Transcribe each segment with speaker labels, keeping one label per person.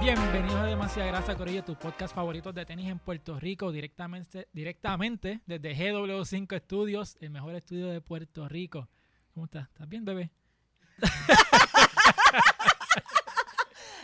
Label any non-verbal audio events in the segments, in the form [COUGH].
Speaker 1: Bienvenidos a Demasiada Grasa, Corillo, tus podcast favoritos de tenis en Puerto Rico, directamente, directamente desde GW5 Studios, el mejor estudio de Puerto Rico. ¿Cómo estás? ¿Estás bien, bebé?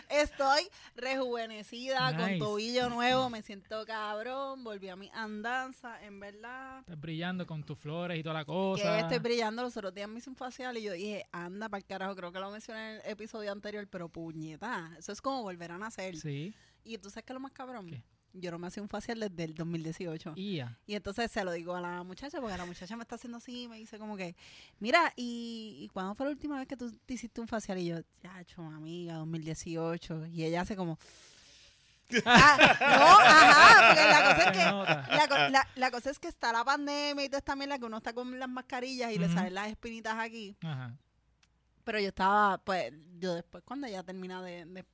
Speaker 2: Estoy rejuvenecida,
Speaker 1: Nice.
Speaker 2: con tobillo nuevo, me siento cabrón, volví a mi andanza, en verdad.
Speaker 1: Estás brillando con tus flores y toda la
Speaker 2: que
Speaker 1: cosa.
Speaker 2: estoy brillando, los otros días me hice un facial y yo dije, anda para el carajo, creo que lo mencioné en el episodio anterior, pero puñeta, eso es como volver a nacer.
Speaker 1: Sí.
Speaker 2: Y tú sabes que lo más cabrón,
Speaker 1: ¿Qué?
Speaker 2: yo no me hacía un facial desde el 2018.
Speaker 1: Y ya.
Speaker 2: Y entonces se lo digo a la muchacha, porque la muchacha me está haciendo así y me dice como que, mira, ¿y, y cuándo fue la última vez que tú te hiciste un facial? Y yo, chacho, amiga, 2018. Y ella hace como... "Ah, no, ajá, porque la cosa es
Speaker 1: Se
Speaker 2: que...
Speaker 1: nota.
Speaker 2: La, co- la- la cosa es que está la pandemia y toda esta mierda que uno está con las mascarillas y le
Speaker 1: Ujú.
Speaker 2: salen las espinitas aquí.
Speaker 1: Ajá.
Speaker 2: Pero yo estaba, pues, yo después cuando ella termina de, de,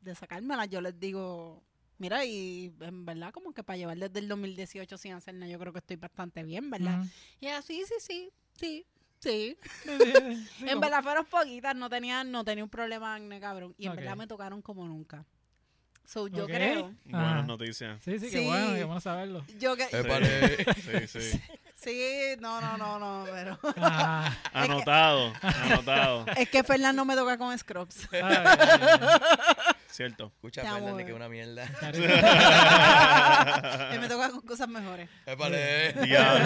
Speaker 2: de sacármelas, yo les digo, mira, y en verdad como que para llevar desde el 2018 sin hacer nada, yo creo que estoy bastante bien, ¿verdad?
Speaker 1: Ujú.
Speaker 2: Y ella, sí, sí, sí, sí, sí.
Speaker 1: Sí,
Speaker 2: [LAUGHS]
Speaker 1: sí, sí, sí,
Speaker 2: en
Speaker 1: como-
Speaker 2: verdad fueron poquitas, no tenía, no tenía un problema acné, cabrón. Y en
Speaker 1: Ok.
Speaker 2: verdad me tocaron como nunca. So, yo
Speaker 1: Ok.
Speaker 2: creo,
Speaker 1: Ajá.
Speaker 3: Buenas
Speaker 4: [LAUGHS]
Speaker 3: noticias.
Speaker 1: Sí, sí, qué
Speaker 2: Sí.
Speaker 1: bueno, qué bueno
Speaker 2: [LAUGHS]
Speaker 1: saberlo.
Speaker 2: yo que,
Speaker 4: Eh.
Speaker 3: Sí, sí, sí.
Speaker 2: sí, no, no, no, no, pero...
Speaker 1: Ah,
Speaker 3: Anotado, anotado.
Speaker 2: [LAUGHS] Es que Fernán no me toca con scrubs.
Speaker 1: ay, ay, ay.
Speaker 4: [LAUGHS]
Speaker 3: Cierto.
Speaker 4: Escucha,
Speaker 2: Te amo,
Speaker 4: Fernández,
Speaker 2: bebé.
Speaker 4: que es una mierda.
Speaker 2: [LAUGHS] Él me toca con cosas mejores.
Speaker 4: Épale.
Speaker 3: Diablo.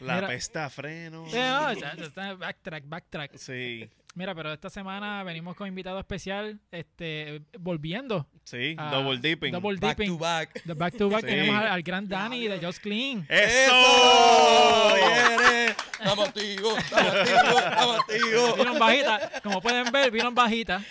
Speaker 3: La
Speaker 1: Mira. Eh, ah.
Speaker 3: pesta a freno.
Speaker 1: Sí, no, ya- ya está, backtrack, backtrack.
Speaker 3: Sí,
Speaker 1: Mira, pero esta semana venimos con invitado especial, este, volviendo.
Speaker 3: sí.
Speaker 1: a-
Speaker 3: double dipping.
Speaker 1: Ah, Double
Speaker 4: Back
Speaker 1: dipping.
Speaker 4: to back.
Speaker 1: De back to back
Speaker 3: Sí.
Speaker 1: tenemos al, al gran Danny de Just Clean.
Speaker 3: ¡Eso!
Speaker 4: ¡Viene! ¡Estamos activos! ¡Estamos activos! ¡Estamos activos!
Speaker 1: Vieron bajita, como pueden ver, vieron bajita.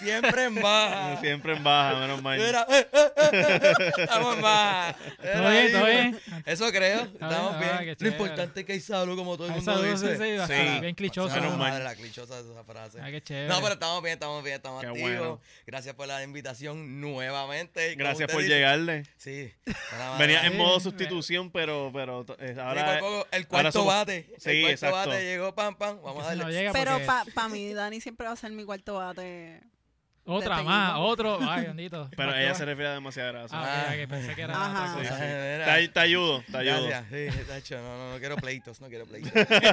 Speaker 4: Siempre en
Speaker 3: Mm,
Speaker 4: baja.
Speaker 3: Siempre en baja, menos mal.
Speaker 4: Mira, eh, eh, eh, eh, estamos en baja.
Speaker 1: Todo
Speaker 4: Mira,
Speaker 1: bien, todo
Speaker 4: ahí.
Speaker 1: bien.
Speaker 4: Eso creo.
Speaker 1: ah,
Speaker 4: Estamos
Speaker 1: qué
Speaker 4: bien. Lo
Speaker 1: chévere.
Speaker 4: importante es que hay salud, como todo el
Speaker 1: Ahí
Speaker 4: mundo
Speaker 1: saludos, sí,
Speaker 4: dice.
Speaker 1: sí, bastante, bien clichoso.
Speaker 3: Menos
Speaker 4: Menos
Speaker 3: mal.
Speaker 4: La clichosa de esa frase.
Speaker 1: Ah, qué chévere.
Speaker 4: No, pero estamos bien, estamos bien, estamos
Speaker 3: Qué
Speaker 4: activos.
Speaker 3: bueno.
Speaker 4: Gracias por la invitación nuevamente. Y como
Speaker 3: Gracias
Speaker 4: usted
Speaker 3: por
Speaker 4: dice-
Speaker 3: llegarle.
Speaker 4: Sí. nada más.
Speaker 3: Venía
Speaker 1: Sí,
Speaker 3: en modo
Speaker 1: sí.
Speaker 3: sustitución, pero, pero eh,
Speaker 4: Sí,
Speaker 3: ahora.
Speaker 4: por poco, el
Speaker 3: ahora
Speaker 4: cuarto
Speaker 3: somos-
Speaker 4: bate.
Speaker 3: Sí,
Speaker 4: el cuarto
Speaker 3: exacto.
Speaker 4: bate llegó, pam, pam. Vamos
Speaker 1: Que
Speaker 4: a
Speaker 1: se nos
Speaker 4: darle.
Speaker 1: llega
Speaker 2: Pero
Speaker 1: porque
Speaker 2: para mí, Dani siempre va a ser mi cuarto bate.
Speaker 1: otra
Speaker 2: detenimos.
Speaker 1: más, otro, ay, bendito.
Speaker 3: Pero ella se refiere a demasiada grasa.
Speaker 1: Ah, ok,
Speaker 4: Ah.
Speaker 1: ok, pensé que era
Speaker 2: Ajá.
Speaker 1: otra cosa.
Speaker 3: Sí, sí.
Speaker 4: Mira.
Speaker 3: Te, te ayudo, te ayudo.
Speaker 4: Gracias. Sí, tacho, no, no, no quiero pleitos, no
Speaker 3: [LAUGHS]
Speaker 4: quiero pleitos.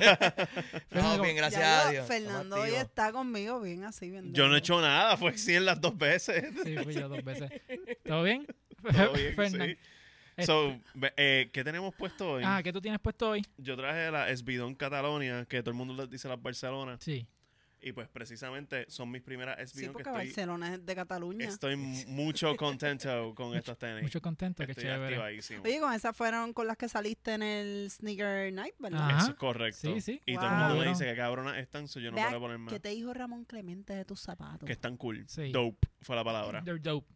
Speaker 1: Fernando,
Speaker 4: no, bien, gracias
Speaker 2: Ya
Speaker 4: a
Speaker 2: veo,
Speaker 4: Dios.
Speaker 2: Fernando
Speaker 4: estamos
Speaker 2: hoy
Speaker 4: activos.
Speaker 2: está conmigo bien así, bien.
Speaker 3: Yo no he
Speaker 2: dentro.
Speaker 3: hecho nada, fue 100 las dos veces. [LAUGHS]
Speaker 1: Sí, fui yo dos veces. ¿Todo bien? [LAUGHS]
Speaker 3: Todo bien,
Speaker 1: Fernan.
Speaker 3: sí. So, ve- eh, ¿Qué tenemos puesto hoy?
Speaker 1: Ah, ¿qué tú tienes puesto hoy?
Speaker 3: Yo traje la Esbidón Catalonia, que todo el mundo les dice las Barcelona.
Speaker 1: Sí.
Speaker 3: Y pues precisamente son mis primeras
Speaker 2: Sí,
Speaker 3: Esbidón
Speaker 2: porque
Speaker 3: que estoy,
Speaker 2: Barcelona es de Cataluña.
Speaker 3: estoy
Speaker 1: [LAUGHS]
Speaker 3: mucho contento con estas tenis.
Speaker 1: Mucho contento, qué
Speaker 3: estoy
Speaker 1: chévere.
Speaker 3: activadísimo.
Speaker 2: Oye, con esas fueron con las que saliste en el Sneaker Night, ¿verdad?
Speaker 1: Ajá.
Speaker 3: Eso es correcto.
Speaker 1: Sí, sí.
Speaker 3: Y todo el
Speaker 2: Wow.
Speaker 3: mundo me
Speaker 1: Bueno.
Speaker 3: dice que cabronas están, so yo no
Speaker 2: Vea
Speaker 3: voy a poner más.
Speaker 2: ¿Qué te dijo Ramón Clemente de tus zapatos?
Speaker 3: Que están cool.
Speaker 1: Sí.
Speaker 3: Dope fue la palabra.
Speaker 1: They're dope.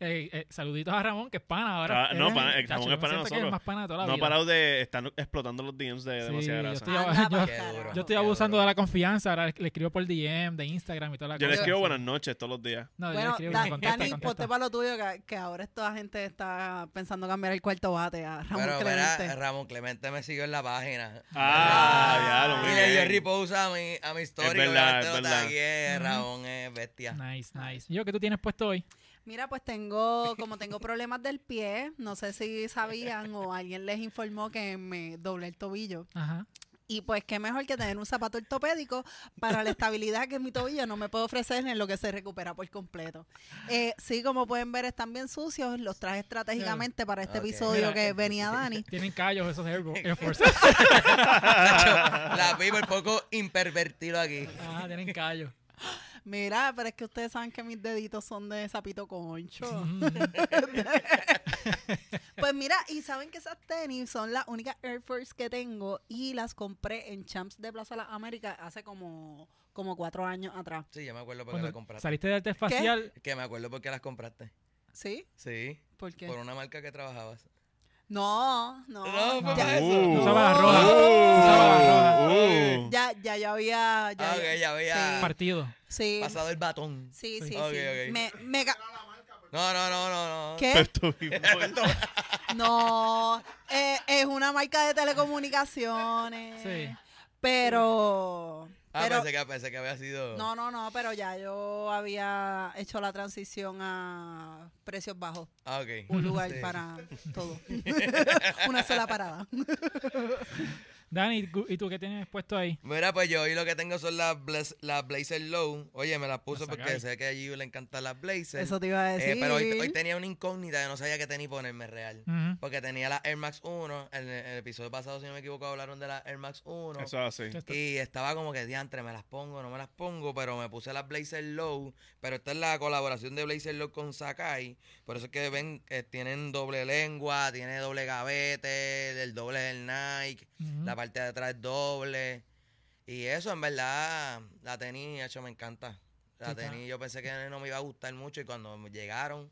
Speaker 1: Eh, eh, saluditos a Ramón, que es pana ahora.
Speaker 3: Ah, no,
Speaker 1: Eres-
Speaker 3: pana, eh,
Speaker 1: Chacho,
Speaker 3: Ramón
Speaker 1: yo
Speaker 3: es pana de
Speaker 1: siento que
Speaker 3: nosotros.
Speaker 1: es más pana de toda la
Speaker 3: No ha
Speaker 1: vida.
Speaker 3: parado de. Están explotando los DMs de
Speaker 1: Sí,
Speaker 3: demasiada
Speaker 1: yo
Speaker 3: grasa.
Speaker 1: estoy-
Speaker 2: Anda
Speaker 1: yo-
Speaker 2: pa'l
Speaker 4: Qué duro.
Speaker 2: carajo.
Speaker 1: Yo estoy abusando de la confianza, ahora le escribo por DM, de Instagram y toda la
Speaker 3: Yo
Speaker 1: cosa.
Speaker 3: le escribo
Speaker 1: sí.
Speaker 3: buenas noches todos los días.
Speaker 1: No, yo le
Speaker 2: Bueno,
Speaker 1: escribo
Speaker 2: Da-
Speaker 1: y me contesta,
Speaker 2: Dani,
Speaker 1: contesta.
Speaker 2: ponte para lo tuyo, que, que ahora toda gente está pensando cambiar el cuarto bate a Ramón
Speaker 4: Pero mira,
Speaker 2: Clemente.
Speaker 4: Ramón Clemente me siguió en la página.
Speaker 3: Ah,
Speaker 2: Ah.
Speaker 3: diablo, muy
Speaker 4: y le dio
Speaker 3: bien. [LAUGHS]
Speaker 4: repose a mi, a mi este story.
Speaker 3: Es verdad,
Speaker 4: obviamente
Speaker 3: es
Speaker 4: lo
Speaker 3: verdad.
Speaker 4: tagué,
Speaker 1: Ujú.
Speaker 4: eh, Ramón es bestia.
Speaker 1: Nice, nice. ¿Y yo qué tú tienes puesto hoy?
Speaker 2: Mira, pues tengo, como tengo problemas del pie, no sé si sabían o alguien les informó que me doblé el tobillo.
Speaker 1: Ajá.
Speaker 2: Y pues qué mejor que tener un zapato ortopédico para
Speaker 4: [LAUGHS]
Speaker 2: la estabilidad que mi tobillo no me puede ofrecer en lo que se recupera por completo. Eh, sí, como pueden ver, están bien sucios. Los traje estratégicamente para este
Speaker 4: Ok. eh,
Speaker 2: episodio
Speaker 1: Mira,
Speaker 2: que
Speaker 4: [LAUGHS]
Speaker 2: venía Dani.
Speaker 1: Tienen callos esos Air,
Speaker 3: [LAUGHS]
Speaker 1: Air Force.
Speaker 4: Tacho, la vi por poco impervertido aquí.
Speaker 1: Ajá, Ah, tienen
Speaker 4: [LAUGHS]
Speaker 1: callos.
Speaker 2: Mira, pero es que ustedes saben que mis deditos son de sapito
Speaker 4: [LAUGHS]
Speaker 2: concho.
Speaker 1: Ujú.
Speaker 2: Pues mira, y saben que esas tenis son las únicas Air Force que tengo y las compré en Champs de Plaza Las Américas hace como, como cuatro años atrás.
Speaker 4: Sí, yo me acuerdo porque
Speaker 1: Cuando
Speaker 4: las compraste.
Speaker 1: saliste de arte facial,
Speaker 4: Que me acuerdo porque las compraste.
Speaker 2: ¿Sí?
Speaker 4: Sí.
Speaker 2: ¿Por qué?
Speaker 4: Por una marca que trabajabas.
Speaker 2: No, no.
Speaker 4: No, fue
Speaker 2: ya,
Speaker 4: para eso.
Speaker 3: Uh.
Speaker 1: Usaba la roja. Usaba
Speaker 3: Uh.
Speaker 2: ya, ya yo había. Ya,
Speaker 4: Ah, ok, ya había-
Speaker 2: Sí.
Speaker 1: partido.
Speaker 2: Sí,
Speaker 4: Pasado el batón.
Speaker 2: sí, sí. sí.
Speaker 4: Ok, ok.
Speaker 2: Me, me ca-
Speaker 4: No, no, no, no, [LAUGHS] no.
Speaker 2: ¿Qué?
Speaker 3: Pepto
Speaker 1: [LAUGHS]
Speaker 3: Bismol.
Speaker 2: No, eh, es una marca de telecomunicaciones.
Speaker 1: Sí.
Speaker 2: Pero,
Speaker 4: [LAUGHS] Ah,
Speaker 2: Pero-
Speaker 4: pensé, que, pensé que había sido.
Speaker 2: No, no, no, pero ya yo había hecho la transición a precios bajos.
Speaker 4: Ah, ok. [LAUGHS]
Speaker 2: Un lugar
Speaker 4: Sí.
Speaker 2: para
Speaker 4: [LAUGHS]
Speaker 2: todo. [LAUGHS] Una sola parada.
Speaker 1: Dani, ¿y tú- ¿y tú qué tienes puesto ahí?
Speaker 4: Mira, pues yo hoy lo que tengo son las, blaz- las Blazer Low. Oye, me las puse
Speaker 1: Las saca
Speaker 4: porque
Speaker 1: ahí.
Speaker 4: sé que a Gio le encantan las Blazer.
Speaker 2: Eso te iba a
Speaker 4: Eh,
Speaker 2: decir.
Speaker 4: pero hoy, hoy tenía una incógnita que no sabía que tenía y ponerme real.
Speaker 1: Ujú.
Speaker 4: Porque tenía la Air Max 1. En el, en el episodio pasado, si no me equivoco, hablaron de la Air Max 1.
Speaker 3: Eso es así.
Speaker 4: Y estaba como que diantre, me las pongo, no me las pongo, pero me puse las Blazer Low. Pero esta es la colaboración de Blazer Low con Sakai. Por eso es que ven, que tienen doble lengua, tiene doble gavete, el doble del Nike,
Speaker 1: Ujú.
Speaker 4: la parte de atrás es doble. Y eso, en verdad, la tenis, hecho, me encanta. La
Speaker 1: Sí, está.
Speaker 4: tenis, yo pensé que no me iba a gustar mucho y cuando me llegaron,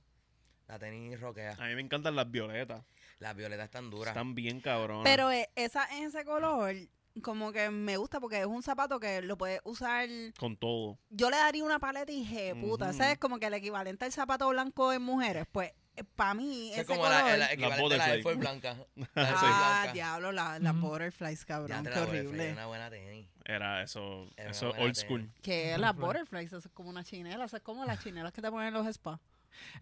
Speaker 4: la tenis roquea.
Speaker 3: A mí me encantan las violetas.
Speaker 4: Las violetas están duras.
Speaker 3: Están bien cabronas.
Speaker 2: Pero eh, esa en ese color, como que me gusta porque es un zapato que lo puedes usar.
Speaker 3: Con todo.
Speaker 2: Yo le daría una paleta y dije, puta,
Speaker 3: Ujú.
Speaker 2: ese es como que el equivalente al zapato blanco en mujeres. Pues para mí, ese
Speaker 4: Eso es como
Speaker 2: color.
Speaker 4: la, la equivalente a la
Speaker 3: butterfly.
Speaker 4: Air Force blanca.
Speaker 2: [LAUGHS]
Speaker 4: La Air Force
Speaker 2: ah,
Speaker 4: blanca.
Speaker 2: diablo, la- las
Speaker 1: Ujú.
Speaker 2: butterflies, cabrón.
Speaker 4: Diantre,
Speaker 2: Qué
Speaker 4: la butterfly es
Speaker 2: horrible.
Speaker 4: Una buena tenis.
Speaker 3: Era eso.
Speaker 4: Era
Speaker 3: eso
Speaker 4: buena
Speaker 3: old
Speaker 4: tela.
Speaker 3: school.
Speaker 2: Que las
Speaker 1: Butterfly.
Speaker 2: butterflies, eso es como una chinela, eso es como las chinelas que te ponen en los spas.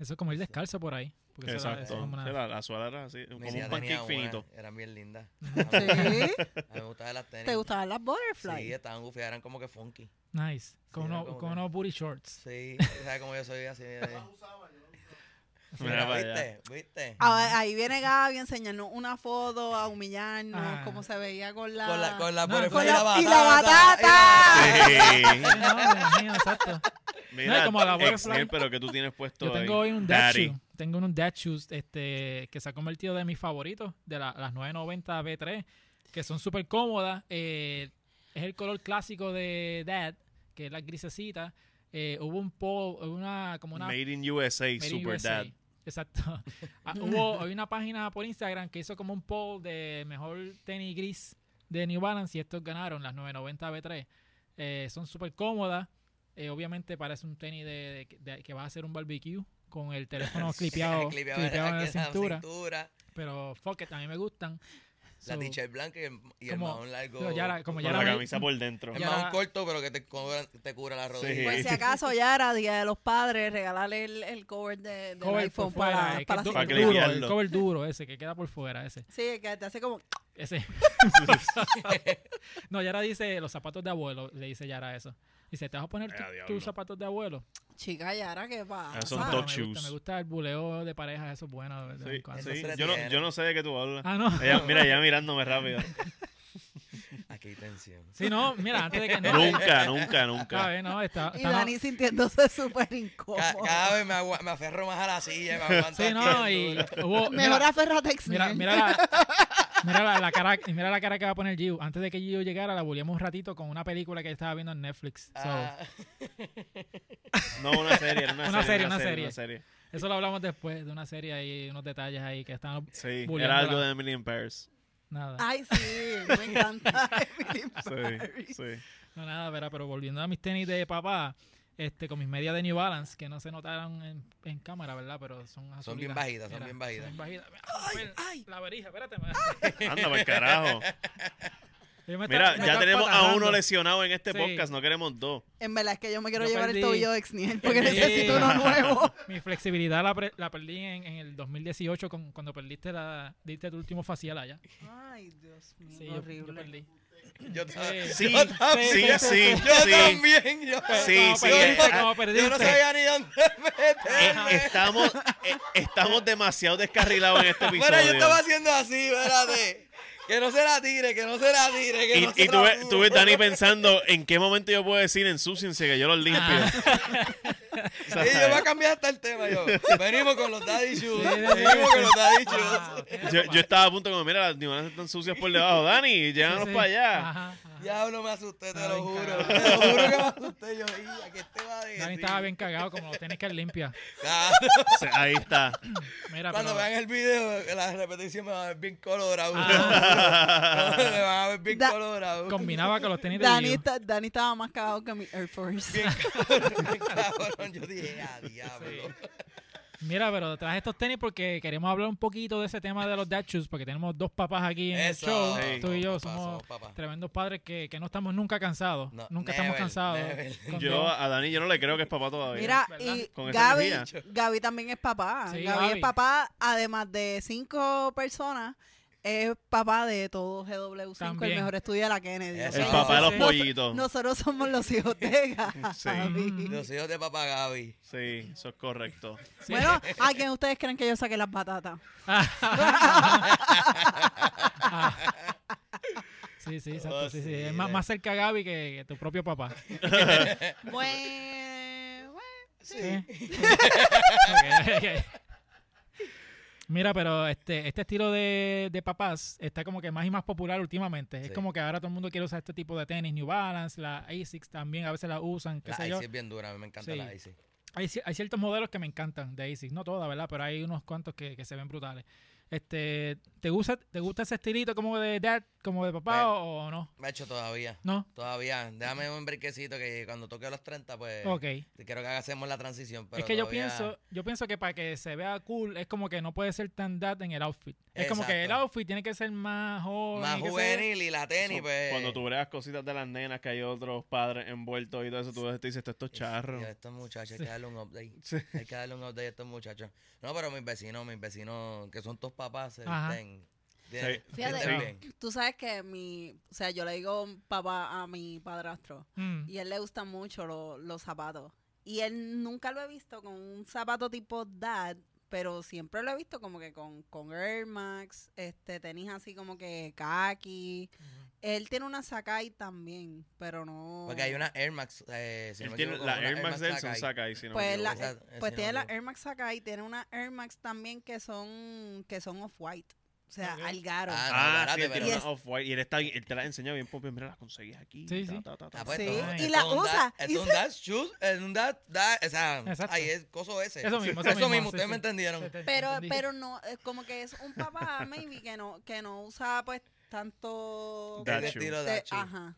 Speaker 1: Eso es como ir descalzo por ahí. porque eso era- eso
Speaker 3: Exacto.
Speaker 1: es como una-
Speaker 3: Sí, la, la suela era así.
Speaker 4: Mi
Speaker 3: Como
Speaker 4: tía
Speaker 3: un
Speaker 4: tenía
Speaker 3: pancake
Speaker 4: una,
Speaker 1: [LAUGHS]
Speaker 3: finito.
Speaker 4: Eran bien lindas. [LAUGHS] A mí
Speaker 2: ¿Sí?
Speaker 4: me gustaban las tenis.
Speaker 2: ¿Te gustaban las
Speaker 4: Sí,
Speaker 2: butterflies?
Speaker 4: estaban gufiadas, eran como que funky.
Speaker 1: Nice. Con,
Speaker 4: era
Speaker 1: unos-
Speaker 4: como
Speaker 1: con
Speaker 4: que-
Speaker 1: unos booty
Speaker 4: [LAUGHS]
Speaker 1: shorts.
Speaker 2: [LAUGHS]
Speaker 4: Sí, ¿sabes cómo yo soy así? de-
Speaker 3: Mira para allá.
Speaker 4: ¿Viste? ¿Viste?
Speaker 2: Ah, ahí viene Gaby a enseñarnos una foto, a humillarnos,
Speaker 1: Ah.
Speaker 2: cómo se veía con la...
Speaker 4: Con la, con la
Speaker 1: No,
Speaker 4: butterfly
Speaker 1: con
Speaker 4: y la
Speaker 2: la-
Speaker 4: batata.
Speaker 2: y la batata.
Speaker 3: Sí.
Speaker 1: Sí, no, me imagino, exacto. [LAUGHS] No,
Speaker 3: Mira,
Speaker 1: es como la
Speaker 3: Excel,
Speaker 1: butterfly.
Speaker 3: pero que tú tienes puesto
Speaker 1: Yo tengo
Speaker 3: ahí.
Speaker 1: hoy un dad
Speaker 3: Daddy.
Speaker 1: shoe. Tengo un dad shoes este, que se ha convertido de mis favoritos, de la- las 990 B3, que son súper cómodas. eh, es el color clásico de dad, que es la grisecita. Eh, hubo un poll, hubo una, como una
Speaker 3: Made in USA,
Speaker 1: Made in
Speaker 3: Super
Speaker 1: USA.
Speaker 3: Dad.
Speaker 1: Exacto. Ah, hubo hay una página por Instagram que hizo como un poll de mejor tenis gris de New Balance y estos ganaron las 990 B3. Eh, son súper cómodas. Eh, obviamente parece un tenis de, de- de- que va a hacer un barbecue con el [LAUGHS] teléfono clipeado,
Speaker 4: Clipeaba
Speaker 1: clipeado en la
Speaker 4: aquí
Speaker 1: cintura.
Speaker 4: cintura,
Speaker 1: Pero fuck it, a mí me gustan.
Speaker 4: La
Speaker 1: So,
Speaker 4: t-shirt blanca y el, y el
Speaker 1: como-
Speaker 4: mahón largo.
Speaker 1: pero ya la- como
Speaker 3: Con
Speaker 1: ya
Speaker 3: la
Speaker 1: la-
Speaker 3: camisa por
Speaker 1: [LAUGHS]
Speaker 3: dentro.
Speaker 4: el
Speaker 1: ya
Speaker 4: mahón
Speaker 1: la-
Speaker 4: corto, pero que te cubra, te cubra la rodilla.
Speaker 2: Pues si acaso ya era Día de los Padres, regalarle el, el cover de, del
Speaker 1: cover por
Speaker 2: iPhone
Speaker 1: fuera,
Speaker 2: para,
Speaker 1: eh, que
Speaker 2: para
Speaker 1: es du-
Speaker 3: Para
Speaker 2: sí.
Speaker 1: duro, el
Speaker 3: clipearlo.
Speaker 1: cover duro ese que queda por fuera, ese.
Speaker 2: Sí, que te hace como...
Speaker 1: Ese. no, Yara dice los zapatos de abuelo, le dice Yara eso. Dice, ¿te vas a poner
Speaker 3: Eh,
Speaker 1: tu-
Speaker 3: diablo.
Speaker 1: tus zapatos de abuelo?
Speaker 2: Chica, ¿y ahora qué pasa?
Speaker 3: Ah, son
Speaker 1: Ah,
Speaker 3: top
Speaker 1: me gusta,
Speaker 3: shoes.
Speaker 1: me gusta el buleo de pareja, eso es bueno. de vez en
Speaker 3: Sí,
Speaker 1: cuando.
Speaker 4: Eso
Speaker 3: sí.
Speaker 4: se la
Speaker 3: Yo, no,
Speaker 4: tiene.
Speaker 3: yo no sé de qué tú hablas.
Speaker 1: Ah, no.
Speaker 3: Ella- mira, ya mirándome rápido.
Speaker 4: [LAUGHS] Aquí hay
Speaker 2: [LAUGHS]
Speaker 4: tensión.
Speaker 1: Sí, no, mira, antes de que [LAUGHS] no. Ah,
Speaker 3: nunca, nunca, nunca.
Speaker 1: Cabe, no, está,
Speaker 2: Y
Speaker 1: está- no.
Speaker 2: Dani sintiéndose súper
Speaker 4: Ca-
Speaker 2: incómodo.
Speaker 4: Cada, vez me, agua- me aferro más a la silla y me
Speaker 1: [LAUGHS]
Speaker 4: aguanto.
Speaker 1: Sí,
Speaker 4: aquí
Speaker 1: no,
Speaker 4: el
Speaker 1: y
Speaker 4: duro.
Speaker 1: hubo-
Speaker 2: [LAUGHS] Mejor
Speaker 1: mira,
Speaker 2: aferrate a Excel.
Speaker 1: mira, mira
Speaker 2: [LAUGHS]
Speaker 1: la, mira la, la cara, y mira la cara que va a poner Gio. Antes de que Gio llegara, la bulíamos un ratito con una película que estaba viendo en Netflix. So,
Speaker 4: Ah,
Speaker 3: No, una serie, era una,
Speaker 1: eh. Una
Speaker 3: serie,
Speaker 1: serie, una
Speaker 3: Una serie.
Speaker 1: Eso lo hablamos después de una serie ahí, unos detalles ahí que están...
Speaker 3: Sí,
Speaker 1: Bulleándola.
Speaker 3: era algo de Emily in
Speaker 1: [LAUGHS]
Speaker 3: Paris.
Speaker 1: Nada.
Speaker 2: Ay, sí, me encanta. Emily in
Speaker 3: Sí,
Speaker 2: Paris.
Speaker 3: sí.
Speaker 1: No, nada, verá, pero volviendo a mis tenis de papá, este, con mis medias de New Balance, que no se notaron en, en cámara, ¿verdad? Pero son azulitas.
Speaker 4: bien bajitas, son
Speaker 1: Mira,
Speaker 4: bien bajitas.
Speaker 1: Mira, ver,
Speaker 2: ay.
Speaker 1: La verija, espérate. me-
Speaker 3: Anda, para carajo.
Speaker 1: Yo me
Speaker 3: Mira,
Speaker 1: estaba- me
Speaker 3: ya
Speaker 1: estaba
Speaker 3: tenemos a
Speaker 1: patajando.
Speaker 3: uno lesionado en este
Speaker 1: Sí.
Speaker 3: podcast, no queremos dos.
Speaker 2: En verdad es que yo me quiero
Speaker 1: Yo
Speaker 2: llevar
Speaker 1: perdí.
Speaker 2: el tobillo de Exniel porque
Speaker 1: Perdí.
Speaker 2: necesito uno nuevo.
Speaker 1: Mi flexibilidad la, pre- la perdí en, en el 2018 con- cuando perdiste la, diste tu último facial allá.
Speaker 2: Ay, Dios mío,
Speaker 1: Sí, yo- yo,
Speaker 2: horrible.
Speaker 1: perdí.
Speaker 4: yo, ta-
Speaker 3: Sí,
Speaker 4: yo también.
Speaker 3: sí, sí,
Speaker 4: Yo
Speaker 3: sí.
Speaker 4: también. Yo,
Speaker 3: Sí,
Speaker 1: Como
Speaker 3: sí,
Speaker 1: perdiste,
Speaker 3: eh,
Speaker 1: como
Speaker 4: yo no
Speaker 1: perdiste.
Speaker 4: sabía ni dónde
Speaker 3: Eh,
Speaker 4: meterme.
Speaker 3: estamos, eh, estamos demasiado descarrilados en
Speaker 4: [LAUGHS]
Speaker 3: este episodio.
Speaker 4: [LAUGHS] Mira, yo estaba haciendo así, espérate. Que no se la tire, que no se la tire. Que
Speaker 3: Y,
Speaker 4: no se
Speaker 3: y
Speaker 4: la
Speaker 3: tú, ves,
Speaker 4: tire.
Speaker 3: tú ves Dani pensando en qué momento yo puedo decir ensúciense que yo los limpio.
Speaker 1: Ah.
Speaker 3: O sea,
Speaker 4: Y yo voy a cambiar hasta el tema. Yo. Venimos con los daddy shoes.
Speaker 1: Sí, sí,
Speaker 4: Venimos
Speaker 1: sí.
Speaker 4: con los daddy
Speaker 1: Wow,
Speaker 3: Ah,
Speaker 4: shoes.
Speaker 1: tienes
Speaker 3: yo,
Speaker 1: papá.
Speaker 3: yo estaba a punto como, mira, las niñas están sucias por debajo. Dani, llévanos
Speaker 1: Sí, sí.
Speaker 3: para allá.
Speaker 1: Ajá, ajá.
Speaker 4: Diablo, me asusté, te
Speaker 1: Ay,
Speaker 4: lo juro.
Speaker 1: carajo.
Speaker 4: Te lo juro que me asusté. Yo, y ¿a qué te va a decir?
Speaker 1: Dani estaba bien cagado, como lo tenés que limpiar.
Speaker 4: Ah,
Speaker 3: O sea, ahí está.
Speaker 1: Mira,
Speaker 4: Cuando
Speaker 1: pero-
Speaker 4: vean el video, la repetición me va a ver bien colorado.
Speaker 3: Ah.
Speaker 4: [LAUGHS] me van a ver bien
Speaker 2: Da-
Speaker 4: colorado.
Speaker 1: combinaba con los tenis de
Speaker 2: Dani,
Speaker 1: Gio.
Speaker 2: está- Dani estaba más
Speaker 4: [LAUGHS]
Speaker 2: cagado que mi Air Force.
Speaker 4: Bien cabrón, bien cabrón. Yo dije, ah, diablo.
Speaker 1: Mira, pero traje estos tenis porque queremos hablar un poquito de ese tema de los dad shoes, porque tenemos dos papás aquí en
Speaker 4: Eso,
Speaker 1: el show.
Speaker 3: sí.
Speaker 1: Tú y yo
Speaker 4: papá,
Speaker 1: somos
Speaker 4: somos papá.
Speaker 1: tremendos padres que, que no estamos nunca cansados.
Speaker 4: No,
Speaker 1: nunca estamos
Speaker 4: never,
Speaker 1: cansados.
Speaker 4: never.
Speaker 1: Con
Speaker 3: Yo
Speaker 1: [LAUGHS] Dios.
Speaker 3: a Dani yo no le creo que es papá todavía.
Speaker 2: Mira,
Speaker 1: ¿verdad?
Speaker 2: y
Speaker 3: Con esa
Speaker 2: Gaby,
Speaker 3: energía.
Speaker 2: Gaby también es papá.
Speaker 1: Sí,
Speaker 2: Gaby,
Speaker 1: Gaby.
Speaker 2: es papá, además de cinco personas, es papá de todo GW5, el
Speaker 1: También.
Speaker 2: mejor estudio de la Kennedy.
Speaker 4: Eso.
Speaker 2: O
Speaker 3: el
Speaker 2: sea,
Speaker 3: papá de los
Speaker 1: sí.
Speaker 2: [LAUGHS]
Speaker 3: pollitos.
Speaker 2: Nosotros somos los hijos de Gaby.
Speaker 3: Sí.
Speaker 4: [LAUGHS]
Speaker 1: Mm.
Speaker 4: Los hijos de papá Gaby.
Speaker 3: Sí, eso es correcto.
Speaker 1: Sí.
Speaker 2: Bueno, ¿a quién ustedes creen que yo saqué las batatas?
Speaker 3: [LAUGHS]
Speaker 1: sí, sí, exacto.
Speaker 3: Oh,
Speaker 1: sí, sí.
Speaker 4: sí,
Speaker 1: Es más,
Speaker 4: de-
Speaker 1: más cerca a Gaby que, que tu propio papá.
Speaker 2: Bueno, bueno,
Speaker 1: Sí. ¿Eh? Ok, ok. Mira, pero este, este estilo de, de papás está como que más y más popular últimamente. Es
Speaker 4: Sí.
Speaker 1: como que ahora todo el mundo quiere usar este tipo de tenis, New Balance, la ASICS también, a veces la usan, qué
Speaker 4: La
Speaker 1: sé yo.
Speaker 4: Icy es bien dura, a mí me encanta
Speaker 1: Sí.
Speaker 4: la Icy.
Speaker 1: Hay, cier- hay ciertos modelos que me encantan de ASICS, no todas, ¿verdad? Pero hay unos cuantos que, que se ven brutales. Este, ¿te gusta, ¿Te gusta ese estilito como de dad, como de papá
Speaker 4: Bueno.
Speaker 1: o, o no?
Speaker 4: Me ha hecho todavía.
Speaker 1: No.
Speaker 4: Todavía. Déjame un brequecito que cuando toque los 30, pues.
Speaker 1: Ok.
Speaker 4: Te quiero que hagamos la transición. Pero
Speaker 1: es que yo
Speaker 4: todavía-
Speaker 1: pienso, yo pienso que para que se vea cool es como que no puede ser tan dad en el outfit. Es como que el
Speaker 4: Exacto.
Speaker 1: outfit tiene que ser más joven.
Speaker 4: Más
Speaker 1: tiene que ser-
Speaker 4: juvenil y la tenis,
Speaker 3: Eso,
Speaker 4: pues.
Speaker 3: Cuando tú veas cositas de las nenas que hay otros padres envueltos y todo eso, tú ves, te dices, esto es charro.
Speaker 4: Y a estos muchachos, hay
Speaker 1: Sí.
Speaker 4: que darle un update.
Speaker 3: Sí.
Speaker 4: Hay que darle un update a estos muchachos. No, pero mis vecinos, mis vecinos, que son tus papás, se
Speaker 1: Ajá.
Speaker 4: visten. bien-
Speaker 3: Sí.
Speaker 2: Fíjate.
Speaker 4: visten
Speaker 3: Sí.
Speaker 4: bien.
Speaker 2: tú sabes que mi, o sea, yo le digo papá a mi padrastro
Speaker 1: Mm.
Speaker 2: y a él le gustan mucho lo- los zapatos. Y él nunca lo he visto con un zapato tipo dad, pero siempre lo he visto como que con, con Air Max, este, tenis así como que khaki. Él tiene una Sakai también, pero no...
Speaker 4: Porque hay una Air Max. Eh, si no
Speaker 3: Él
Speaker 4: me
Speaker 3: tiene
Speaker 4: equivoco,
Speaker 3: la
Speaker 4: una
Speaker 3: Air Max de él son
Speaker 4: Sakai.
Speaker 3: saca ahí, si no me
Speaker 2: Pues, la-
Speaker 3: equivoco.
Speaker 4: Esa-
Speaker 2: Pues
Speaker 4: si
Speaker 2: tiene
Speaker 4: no
Speaker 2: la
Speaker 4: me equivoco.
Speaker 2: Air Max Sakai, tiene una Air Max también que son, que son off-white. O sea,
Speaker 1: Ok.
Speaker 2: al garo.
Speaker 3: [LAUGHS]
Speaker 4: Ah,
Speaker 3: Ah,
Speaker 4: Barate,
Speaker 3: sí, él
Speaker 4: pero-
Speaker 3: tiene una
Speaker 2: Yes.
Speaker 3: off-white y él, está, bien- él te la enseñó bien, pues mira, las conseguís aquí.
Speaker 1: Sí,
Speaker 3: ta,
Speaker 1: sí.
Speaker 3: ta, ta, ta.
Speaker 4: Ah, pues,
Speaker 2: Sí,
Speaker 4: esto-
Speaker 1: y
Speaker 4: esto es
Speaker 2: la
Speaker 4: un
Speaker 2: usa,
Speaker 4: dad-
Speaker 2: y
Speaker 4: esto es un
Speaker 2: se-
Speaker 4: dad shoes, es un dad, dad, o sea,
Speaker 1: Exacto.
Speaker 4: ahí es coso ese.
Speaker 1: Eso mismo, eso
Speaker 4: Eso
Speaker 1: mismo, sí,
Speaker 4: mismo, ustedes
Speaker 1: sí.
Speaker 4: me entendieron.
Speaker 1: Te- te-
Speaker 2: pero
Speaker 1: entendí.
Speaker 2: pero no es como que es un papá maybe que no que no usa pues tanto
Speaker 3: Dad
Speaker 4: El
Speaker 3: shoe.
Speaker 4: estilo
Speaker 2: de-
Speaker 4: dad shoe.
Speaker 2: ajá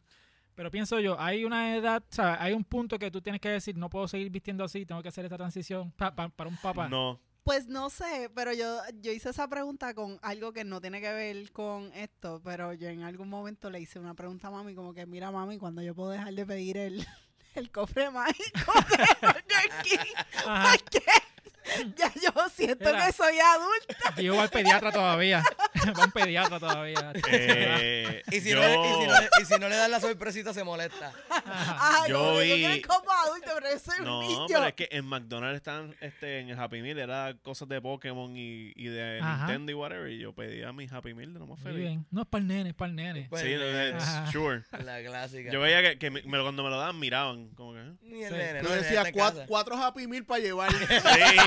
Speaker 1: Pero pienso yo, hay una edad, o sea, hay un punto que tú tienes que decir, no puedo seguir vistiendo así, tengo que hacer esta transición pa- pa- para un papá.
Speaker 4: [LAUGHS]
Speaker 3: No,
Speaker 2: pues no sé pero yo yo hice esa pregunta con algo que no tiene que ver con esto pero yo en algún momento le hice una pregunta a mami como que mira mami cuando yo puedo dejar de pedir el [LAUGHS] el cofre mágico de Burger King
Speaker 1: Ajá,
Speaker 2: porque [LAUGHS] ya yo siento
Speaker 1: Mira.
Speaker 2: que soy adulta
Speaker 1: y yo voy al pediatra todavía. [LAUGHS] Va al pediatra todavía.
Speaker 3: eh,
Speaker 4: Y si,
Speaker 3: yo,
Speaker 4: no le, y,
Speaker 3: [LAUGHS]
Speaker 4: si no le, y si no le dan la sorpresita, se molesta.
Speaker 1: Ajá.
Speaker 2: Ay,
Speaker 3: Ah, Yo
Speaker 2: como que
Speaker 3: vi-
Speaker 2: yo quiero ir como adulta pero yo soy un
Speaker 3: No,
Speaker 2: niño
Speaker 3: pero es que en McDonald's están, este, en el Happy Meal era cosas de Pokémon y, y de
Speaker 1: Ajá.
Speaker 3: Nintendo y whatever. Y yo pedía mi Happy Meal de lo más
Speaker 1: Muy
Speaker 3: feliz.
Speaker 1: bien. No es para el nene, es para el nene.
Speaker 4: Pues,
Speaker 3: sí, no,
Speaker 4: eh,
Speaker 3: it's
Speaker 1: Ajá.
Speaker 4: [LAUGHS]
Speaker 3: sure.
Speaker 4: La clásica.
Speaker 3: Yo veía que, que me- me lo- cuando me lo daban miraban, como que.
Speaker 4: [LAUGHS]
Speaker 3: ¿eh?
Speaker 4: Ni el
Speaker 1: Sí.
Speaker 4: nene,
Speaker 5: Yo
Speaker 4: no, el nene
Speaker 5: decía
Speaker 4: está en
Speaker 5: cuatro,
Speaker 4: casa.
Speaker 5: cuatro Happy Meal para llevar.
Speaker 3: Sí,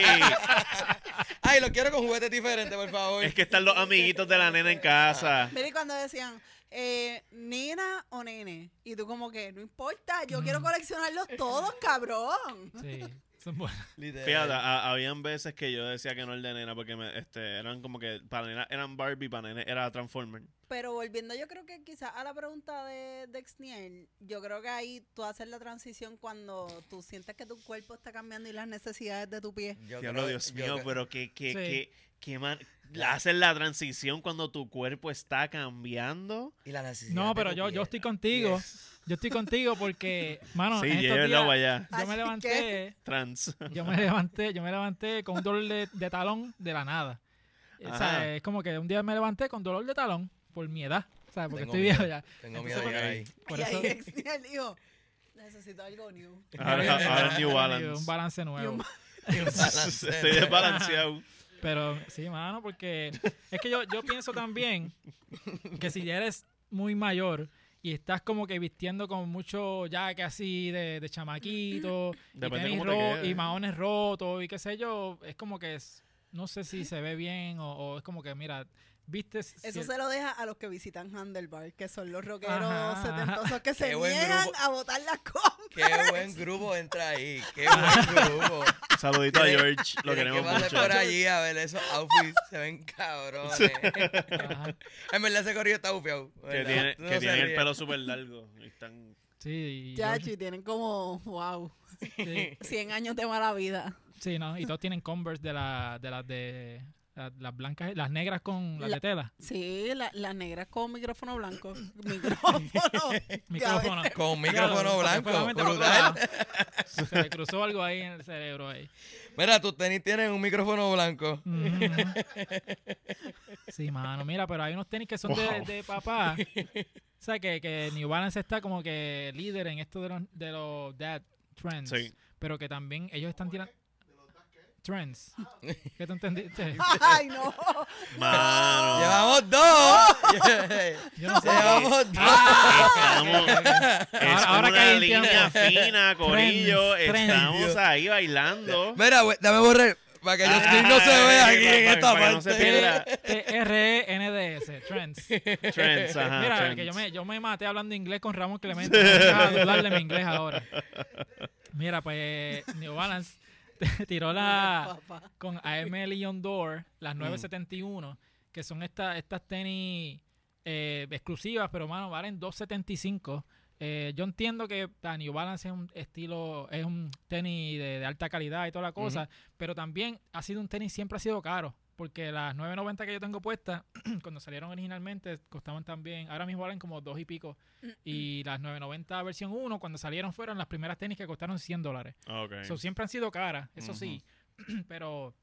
Speaker 4: Ay, lo quiero con juguetes diferentes, por favor.
Speaker 3: es que están los amiguitos de la nena en casa.
Speaker 2: Mira, y cuando decían, eh, nena o nene, y tú como que, no importa, yo
Speaker 1: Mm.
Speaker 2: quiero coleccionarlos todos, cabrón.
Speaker 1: Sí, son buenas.
Speaker 4: Literal.
Speaker 3: Fíjate, ah, a- habían veces que yo decía que no el de nena porque me, este, eran como que para nena eran Barbie, para nene era Transformer.
Speaker 2: Pero volviendo yo creo que quizás a la pregunta de Dexniel, yo creo que ahí tú haces la transición cuando tú sientes que tu cuerpo está cambiando y las necesidades de tu pie.
Speaker 4: Yo
Speaker 3: Diablo,
Speaker 4: creo-
Speaker 3: Dios
Speaker 4: yo
Speaker 3: mío,
Speaker 4: creo-
Speaker 3: pero que, que,
Speaker 1: Sí.
Speaker 3: que, que man- la- haces la transición cuando tu cuerpo está cambiando.
Speaker 4: Y la necesidad
Speaker 1: No,
Speaker 4: de
Speaker 1: pero
Speaker 4: tu
Speaker 1: yo,
Speaker 4: piel.
Speaker 1: yo estoy contigo. Yo estoy contigo porque, mano,
Speaker 3: sí,
Speaker 1: Ah, en estos
Speaker 3: llévenlo
Speaker 1: días,
Speaker 3: para allá.
Speaker 1: yo me
Speaker 2: Así
Speaker 1: levanté. [LAUGHS]
Speaker 3: Trans.
Speaker 1: Yo me levanté, yo me levanté con un dolor de, de talón de la nada. O sea,
Speaker 3: Ajá.
Speaker 1: es como que un día me levanté con dolor de talón por mi edad. O sea, porque
Speaker 4: Tengo
Speaker 1: estoy viejo
Speaker 4: miedo.
Speaker 1: ya.
Speaker 4: Tengo
Speaker 1: Entonces,
Speaker 4: miedo de
Speaker 1: porque-
Speaker 4: llegar ahí.
Speaker 1: [LAUGHS] Por
Speaker 2: y
Speaker 1: eso
Speaker 2: ahí Dexniel dijo, necesito algo new.
Speaker 3: Ahora,
Speaker 1: [LAUGHS]
Speaker 3: ahora New
Speaker 1: un
Speaker 3: Balance.
Speaker 1: balance nuevo.
Speaker 4: [LAUGHS] balance.
Speaker 3: Estoy
Speaker 4: [LAUGHS]
Speaker 3: desbalanceado.
Speaker 1: Pero sí, mano, porque es que yo, yo pienso también que si ya eres muy mayor y estás como que vistiendo con mucho jaque así de, de chamaquito,
Speaker 3: Depende
Speaker 1: y, tenis
Speaker 3: cómo te
Speaker 1: ro-
Speaker 3: quede,
Speaker 1: y
Speaker 3: ¿eh?
Speaker 1: maones rotos y qué sé yo, es como que es, no sé si se ve bien o, o es como que, mira, viste
Speaker 2: Eso se lo deja a los que visitan Handlebar, que son los rockeros
Speaker 1: Ajá.
Speaker 2: setentosos
Speaker 1: [LAUGHS]
Speaker 2: que se
Speaker 4: Qué buen
Speaker 2: niegan
Speaker 4: grupo.
Speaker 2: a botar las compras.
Speaker 4: Qué buen grupo entra ahí.
Speaker 1: [LAUGHS]
Speaker 4: Qué buen grupo.
Speaker 3: Saludito a George, lo
Speaker 4: Tienen que
Speaker 3: queremos
Speaker 4: pasar
Speaker 3: mucho.
Speaker 4: por allí a ver esos outfits. Se ven cabrones.
Speaker 1: [LAUGHS]
Speaker 4: en verdad, ese corrido está bufiado.
Speaker 3: Que
Speaker 4: ¿verdad?
Speaker 3: tiene,
Speaker 4: No
Speaker 3: que
Speaker 4: se
Speaker 3: tiene el
Speaker 4: ríe.
Speaker 3: pelo súper largo. y
Speaker 4: [LAUGHS]
Speaker 3: están-
Speaker 1: sí, y
Speaker 2: Ya,
Speaker 1: George-
Speaker 2: y tienen como, wow,
Speaker 1: [LAUGHS] sí,
Speaker 2: 100 años de mala vida.
Speaker 1: sí, no, y todos tienen Converse de la- de las de la- las blancas, las negras con las
Speaker 2: La-
Speaker 1: de tela.
Speaker 2: Sí, la, la negra con
Speaker 1: [LAUGHS]
Speaker 2: micrófono blanco. Micrófono. [LAUGHS]
Speaker 1: Micrófono.
Speaker 4: Con
Speaker 1: Claro,
Speaker 4: micrófono blanco.
Speaker 1: solamente para
Speaker 4: brutal.
Speaker 1: probar. Se le cruzó algo ahí en el cerebro ahí.
Speaker 4: Mira, tus tenis tienen un micrófono blanco.
Speaker 1: Ujú. Mm. Sí, mano, mira, pero hay unos tenis que son de,
Speaker 3: Wow.
Speaker 1: de papá. O sea, que, que New Balance está como que líder en esto de los, de los dad trends.
Speaker 3: Sí.
Speaker 1: Pero que también ellos están tirando... Trends. ¿Qué te entendiste?
Speaker 2: Ay, no.
Speaker 3: Mano. [LAUGHS]
Speaker 4: Llevamos dos. [LAUGHS]
Speaker 1: Yo no sé.
Speaker 4: Llevamos dos.
Speaker 3: Estamos, es
Speaker 1: Ahora- ahora
Speaker 3: una
Speaker 1: caí en
Speaker 3: línea
Speaker 1: tiempo. [LAUGHS]
Speaker 3: fina, Corillo.
Speaker 1: Trends, trends.
Speaker 3: Estamos ahí bailando.
Speaker 4: Mira, güey, dame borrar. Para que yo
Speaker 3: Ah,
Speaker 4: no se vea aquí
Speaker 3: para-
Speaker 4: en
Speaker 3: para-
Speaker 4: esta
Speaker 3: para que no se
Speaker 4: parte.
Speaker 3: pierda.
Speaker 1: E T-R-E-N-D-S. Trends.
Speaker 3: Trends,
Speaker 1: [LAUGHS] [LAUGHS]
Speaker 3: ajá.
Speaker 1: Mira,
Speaker 3: trends.
Speaker 1: que yo me, yo me maté hablando inglés con Ramón Clemente. No voy a dudar de mi inglés ahora. Mira, pues New Balance [LAUGHS] tiró la
Speaker 2: Papá.
Speaker 1: con AM Leon Door, las 971, que son estas estas tenis eh, exclusivas, pero mano, valen 275. Eh, yo entiendo que la New Balance es un estilo, es un tenis de, de alta calidad y toda la cosa, pero también ha sido un tenis, siempre ha sido caro, porque las 990 que yo tengo puestas, [CLEARS THROAT] cuando salieron originalmente, costaban también, ahora mismo valen como dos y pico, y las 990 versión 1, cuando salieron fueron las primeras tenis que costaron 100 dólares.
Speaker 3: Ok.
Speaker 1: So, siempre han sido caras, eso sí. [CLEARS THROAT] Pero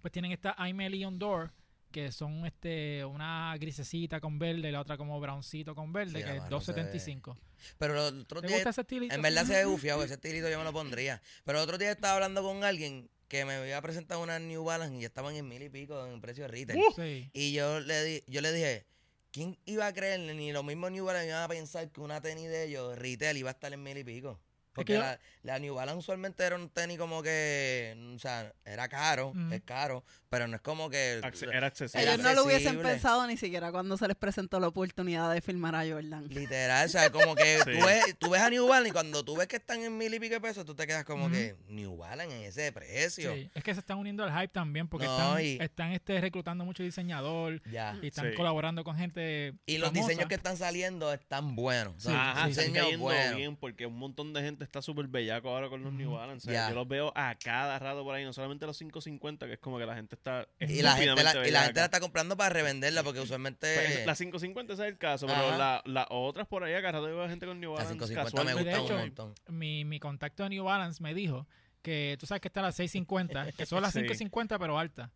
Speaker 1: pues tienen esta I'm a Leon Door, que son este una grisecita con verde y la otra como browncito con verde,
Speaker 4: Sí,
Speaker 1: que
Speaker 4: la
Speaker 1: es
Speaker 4: mano se ve.
Speaker 1: 2.75.
Speaker 4: Pero los otros
Speaker 1: ¿Te
Speaker 4: días
Speaker 1: gusta ese estilito?
Speaker 4: En verdad se ve bufiado, ese estilito yo me lo pondría. Pero el otro día estaba hablando con alguien que me había presentado una New Balance y ya estaban en mil y pico en precio de retail.
Speaker 3: Uh.
Speaker 1: Sí.
Speaker 4: Y yo le, di- yo le dije, ¿quién iba a creer? Ni los mismos New Balance iban a pensar que una tenis de ellos, retail, iba a estar en mil y pico. Porque
Speaker 1: que yo-
Speaker 4: la, la New Balance usualmente era un tenis como que, o sea, era caro,
Speaker 1: Ujú.
Speaker 4: es caro, pero no es como que...
Speaker 3: Acce- Era accesible.
Speaker 2: Ellos no lo hubiesen
Speaker 4: accesible.
Speaker 2: pensado ni siquiera cuando se les presentó la oportunidad de filmar a Jordan.
Speaker 4: Literal, o sea, como que
Speaker 3: [LAUGHS] Sí.
Speaker 4: tú, ves, tú ves a New Balance y cuando tú ves que están en mil y pico de pesos, tú te quedas como
Speaker 1: Ujú.
Speaker 4: que New Balance en ese precio.
Speaker 1: Sí, es que se están uniendo al hype también porque
Speaker 4: No,
Speaker 1: están,
Speaker 4: y-
Speaker 1: están este, reclutando mucho diseñador
Speaker 4: Ya.
Speaker 1: y están
Speaker 3: Sí.
Speaker 1: colaborando con gente
Speaker 4: Y los
Speaker 1: famosa.
Speaker 4: diseños que están saliendo están buenos.
Speaker 1: Sí,
Speaker 3: Ajá,
Speaker 1: sí,
Speaker 3: están
Speaker 4: diseños
Speaker 3: cayendo
Speaker 4: buenos.
Speaker 3: bien porque un montón de gente está súper bellaco ahora con los New
Speaker 1: Ujú.
Speaker 3: Balance. O sea,
Speaker 4: Ya.
Speaker 3: Yo los veo a cada rato por ahí, no solamente los 550, que es como que la gente está
Speaker 4: Y la gente, la,
Speaker 3: estúpidamente
Speaker 4: y la gente la
Speaker 3: bellaca.
Speaker 4: está comprando para revenderla porque usualmente...
Speaker 3: Pues, es- la 550 ese es el caso,
Speaker 4: Ajá.
Speaker 3: pero las la otras por ahí agarrado veo gente con New
Speaker 4: la
Speaker 3: Balance
Speaker 4: 550 me
Speaker 1: casualmente.
Speaker 4: gusta
Speaker 1: De
Speaker 4: un
Speaker 1: hecho,
Speaker 4: montón.
Speaker 1: mi, mi contacto de New Balance me dijo que tú sabes que está la
Speaker 3: [LAUGHS]
Speaker 1: 650, que son las
Speaker 3: Sí.
Speaker 1: 550 pero altas.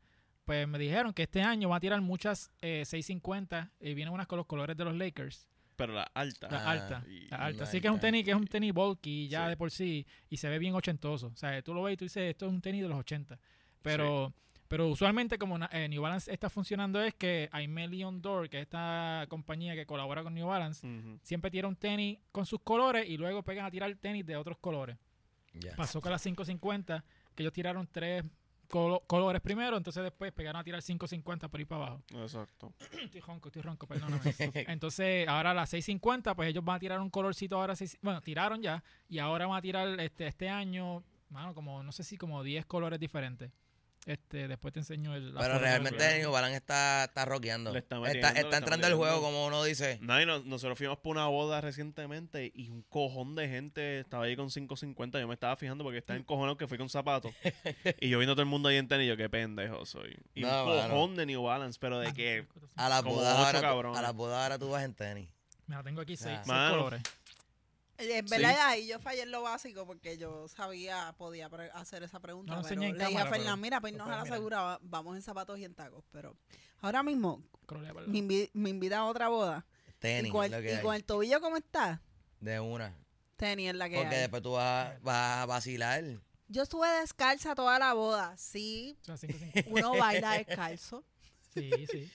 Speaker 1: Pues me dijeron que este año va a tirar muchas eh, 650 y vienen unas con los colores de los Lakers,
Speaker 3: pero la alta.
Speaker 1: las
Speaker 4: Ah,
Speaker 1: altas,
Speaker 3: y-
Speaker 1: las altas. Así que es un tenis que es un tenis bulky ya
Speaker 3: Sí.
Speaker 1: de por sí y se ve bien ochentoso. O sea, tú lo ves y tú dices, esto es un tenis de los 80. Pero pero usualmente como na- eh, New Balance está funcionando es que Aime Leon Door, que es esta compañía que colabora con New Balance,
Speaker 3: Ujú.
Speaker 1: siempre tira un tenis con sus colores y luego pegan a tirar tenis de otros colores.
Speaker 4: Ya.
Speaker 1: Pasó con las 550, que ellos tiraron tres colo- colores primero, entonces después pegaron a tirar 550 por ir para abajo.
Speaker 3: Exacto.
Speaker 1: Estoy ronco, estoy ronco, perdóname.
Speaker 4: [LAUGHS]
Speaker 1: Entonces, ahora las 650, pues ellos van a tirar un colorcito ahora, seis- bueno, tiraron ya, y ahora van a tirar este, este año, mano, como, no sé si como 10 colores diferentes. Este, después te enseño el... la
Speaker 4: Pero
Speaker 1: foto.
Speaker 4: realmente New Balance está, está rockeando.
Speaker 3: Le
Speaker 4: Está,
Speaker 3: está metiendo,
Speaker 4: está
Speaker 3: le está
Speaker 4: entrando al juego
Speaker 3: metiendo.
Speaker 4: como uno dice.
Speaker 3: No, y no- nosotros fuimos por una boda recientemente y un cojón de gente estaba ahí con 550. Yo me estaba fijando porque estaba encojonado que fui
Speaker 1: [LAUGHS]
Speaker 3: con zapatos. y yo viendo todo el mundo ahí en tenis, yo qué pendejo soy. Y
Speaker 4: No,
Speaker 3: un
Speaker 4: mano.
Speaker 3: cojón de New Balance, pero
Speaker 1: Ah,
Speaker 3: de que
Speaker 4: A la
Speaker 3: Como
Speaker 4: boda
Speaker 3: ocho
Speaker 4: ahora, tú-
Speaker 3: cabrones.
Speaker 4: a la boda ahora tú vas en tenis.
Speaker 1: Me la tengo aquí, seis,
Speaker 4: Ah.
Speaker 1: seis
Speaker 3: Mano.
Speaker 1: colores.
Speaker 2: En
Speaker 3: Sí.
Speaker 2: Eh, verdad, ahí yo fallé en lo básico porque yo sabía, podía pre- hacer esa pregunta.
Speaker 1: No lo
Speaker 2: pero
Speaker 1: enseñé en
Speaker 2: le dije
Speaker 1: cámara,
Speaker 2: a Fernán,
Speaker 1: pero
Speaker 2: mira, pues
Speaker 1: lo
Speaker 2: nos
Speaker 1: puedes
Speaker 2: la
Speaker 1: mirar.
Speaker 2: aseguraba, vamos en zapatos y en tacos. Pero ahora mismo
Speaker 1: Colores, ¿verdad?
Speaker 2: me, invi- me invita a otra boda.
Speaker 4: Tenis.
Speaker 2: y con, el,
Speaker 4: lo que
Speaker 2: y
Speaker 4: hay.
Speaker 2: con el tobillo como está,
Speaker 4: De una.
Speaker 2: tenis es la que
Speaker 4: Porque
Speaker 2: hay.
Speaker 4: después tú vas, a- vas a vacilar.
Speaker 2: Yo estuve descalza toda la boda. Sí,
Speaker 1: Son las 550.
Speaker 4: [LAUGHS]
Speaker 2: uno baila descalzo.
Speaker 1: Sí, sí.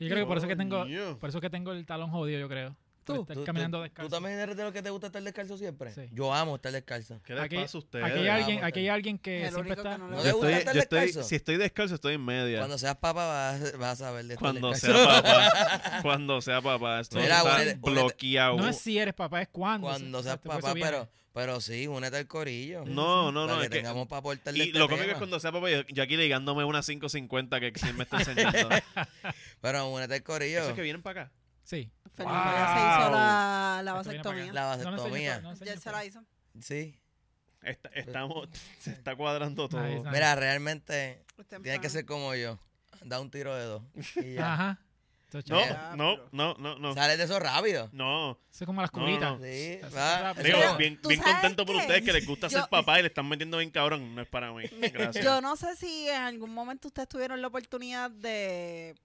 Speaker 1: Yo creo que por eso que tengo...
Speaker 3: Coño.
Speaker 1: Por eso que tengo el talón jodido, yo creo.
Speaker 2: ¿Tú?
Speaker 1: por estar
Speaker 4: ¿Tú- tú-
Speaker 1: caminando
Speaker 4: ¿Tú
Speaker 1: descalzo.
Speaker 4: también eres de los que te gusta estar descalzo siempre?
Speaker 1: Sí.
Speaker 4: Yo amo estar descalzo.
Speaker 3: ¿Qué les
Speaker 1: Aquí-
Speaker 3: pasa a ustedes?
Speaker 1: aquí, hay alguien,
Speaker 4: Vamos,
Speaker 1: aquí hay alguien
Speaker 2: El
Speaker 1: que siempre
Speaker 2: único que
Speaker 1: está.
Speaker 2: no le
Speaker 4: No
Speaker 3: Yo
Speaker 4: te gusta
Speaker 3: estoy,
Speaker 4: estar
Speaker 3: yo estoy-
Speaker 4: descalzo?
Speaker 3: si estoy descalzo, estoy en media.
Speaker 4: Cuando seas papá vas, vas a ver de estar
Speaker 3: Cuando sea
Speaker 4: descalzo. [LAUGHS]
Speaker 3: papá. Cuando sea papá. Esto
Speaker 4: Mira,
Speaker 3: está
Speaker 4: únete- únete.
Speaker 3: bloqueado.
Speaker 1: No es si eres papá, es cuando.
Speaker 4: Cuando
Speaker 1: o sea,
Speaker 4: seas
Speaker 1: por eso
Speaker 4: papá,
Speaker 1: viene.
Speaker 4: pero, pero sí, únete al corillo.
Speaker 3: no, no,
Speaker 4: para
Speaker 3: no,
Speaker 4: que
Speaker 3: es que-
Speaker 4: tengamos para aportarle
Speaker 3: y
Speaker 4: este
Speaker 3: lo cómico
Speaker 4: tema.
Speaker 3: es cuando sea papá, yo, yo aquí ligándome una 550 que siempre me está
Speaker 4: [LAUGHS]
Speaker 3: enseñando.
Speaker 4: Pero únete al corillo.
Speaker 3: Eso es que vienen para acá.
Speaker 1: Sí.
Speaker 2: Fernando ya se hizo
Speaker 3: Wow.
Speaker 2: la, la
Speaker 1: Esto viene para acá.
Speaker 2: vasectomía.
Speaker 4: La
Speaker 1: No me enseñes todo, no
Speaker 4: vasectomía.
Speaker 1: me
Speaker 2: Ya
Speaker 1: enseñes
Speaker 2: se
Speaker 1: todo.
Speaker 2: la hizo.
Speaker 4: Sí.
Speaker 3: Está- estamos, [LAUGHS] se está cuadrando todo.
Speaker 1: Ahí está.
Speaker 4: Mira, realmente
Speaker 2: Usted
Speaker 4: tienes que
Speaker 2: empana.
Speaker 4: ser como yo. Da un tiro de
Speaker 1: [LAUGHS]
Speaker 4: dos. Y ya.
Speaker 1: Ajá. Eso es chévere.
Speaker 3: No, no, no, no, no.
Speaker 4: Sales de eso rápido.
Speaker 3: No.
Speaker 1: Eso es como las
Speaker 3: No, no,
Speaker 1: cubitas.
Speaker 3: no.
Speaker 4: Sí,
Speaker 1: Así
Speaker 4: va.
Speaker 1: rápido.
Speaker 3: Digo,
Speaker 2: Pero,
Speaker 3: bien,
Speaker 2: ¿tú
Speaker 3: bien
Speaker 2: sabes
Speaker 3: contento por
Speaker 2: qué?
Speaker 3: ustedes que les gusta
Speaker 2: Yo-
Speaker 3: ser papá y le están metiendo bien cabrón. No es para mí. Gracias.
Speaker 2: Yo no sé si en algún momento ustedes tuvieron la oportunidad de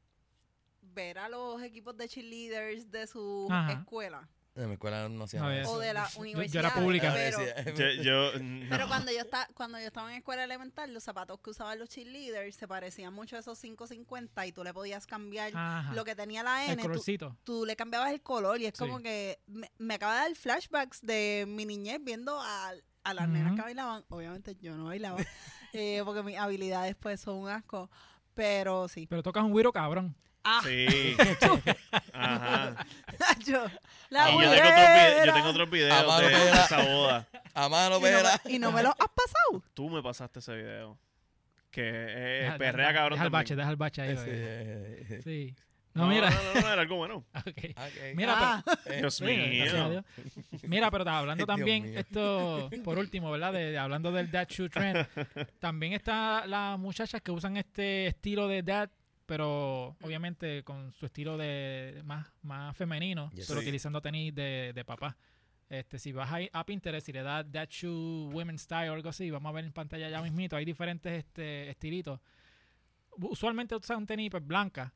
Speaker 2: ver a los equipos de cheerleaders de su
Speaker 1: Ajá.
Speaker 2: escuela
Speaker 4: En mi escuela no hacía
Speaker 1: No
Speaker 4: nada.
Speaker 1: había
Speaker 2: o
Speaker 1: Eso,
Speaker 2: de la
Speaker 1: yo- yo era
Speaker 2: universidad.
Speaker 1: pública.
Speaker 2: Pero,
Speaker 3: Yo- yo,
Speaker 2: pero
Speaker 3: no.
Speaker 2: cuando yo estaba cuando yo estaba en escuela elemental, los zapatos que usaban los cheerleaders se parecían mucho a esos 550 y tú le podías cambiar
Speaker 1: Ajá.
Speaker 2: lo que tenía la
Speaker 1: El
Speaker 2: N, tú,
Speaker 1: colorcito.
Speaker 2: tú le cambiabas el color y es
Speaker 1: Sí.
Speaker 2: como que me, me acaba de dar flashbacks de mi niñez viendo a, a las
Speaker 1: Ujú.
Speaker 2: nenas que bailaban. Obviamente yo no bailaba [LAUGHS] eh, porque mis habilidades pues son un asco, pero sí. [LAUGHS]
Speaker 1: Pero tocas un güiro cabrón.
Speaker 2: Ah,
Speaker 3: [LAUGHS] Sí. Ajá.
Speaker 2: yo, la
Speaker 3: Y yo, tengo otros
Speaker 2: güera.
Speaker 3: vide- yo tengo otros videos de,
Speaker 4: Amado
Speaker 3: de
Speaker 4: Vera.
Speaker 3: esa boda.
Speaker 4: [LAUGHS] A mano,
Speaker 2: Y no
Speaker 4: verá. [LAUGHS]
Speaker 2: me- Y no me lo has pasado.
Speaker 3: Tú me pasaste ese video. Que eh,
Speaker 1: Deja-
Speaker 3: perrea
Speaker 1: deja-
Speaker 3: cabrón
Speaker 1: Deja el
Speaker 3: también.
Speaker 1: bache, deja el bache ahí. güey.
Speaker 4: Sí.
Speaker 1: Sí. No, mira.
Speaker 3: No, no, no, era algo [LAUGHS] bueno.
Speaker 1: Ok.
Speaker 4: Ok.
Speaker 1: Mira, pero-
Speaker 2: Ah,
Speaker 3: Dios
Speaker 1: Sí, gracias a
Speaker 3: mío.
Speaker 1: Dios. Mira, pero está hablando
Speaker 4: Ay, Dios
Speaker 1: también,
Speaker 4: mío.
Speaker 1: esto, por último, ¿verdad? De, de- hablando del dad shoe trend, también está las muchachas que usan este estilo de dad, pero obviamente con su estilo de más, más femenino,
Speaker 4: Yes.
Speaker 1: pero
Speaker 3: Sí.
Speaker 1: utilizando tenis de, de papá. Este, si vas ahí a Pinterest y le das dad shoe women style o algo así, vamos a ver en pantalla ya mismito, hay diferentes este, estilitos. Usualmente usan tenis pues, blancas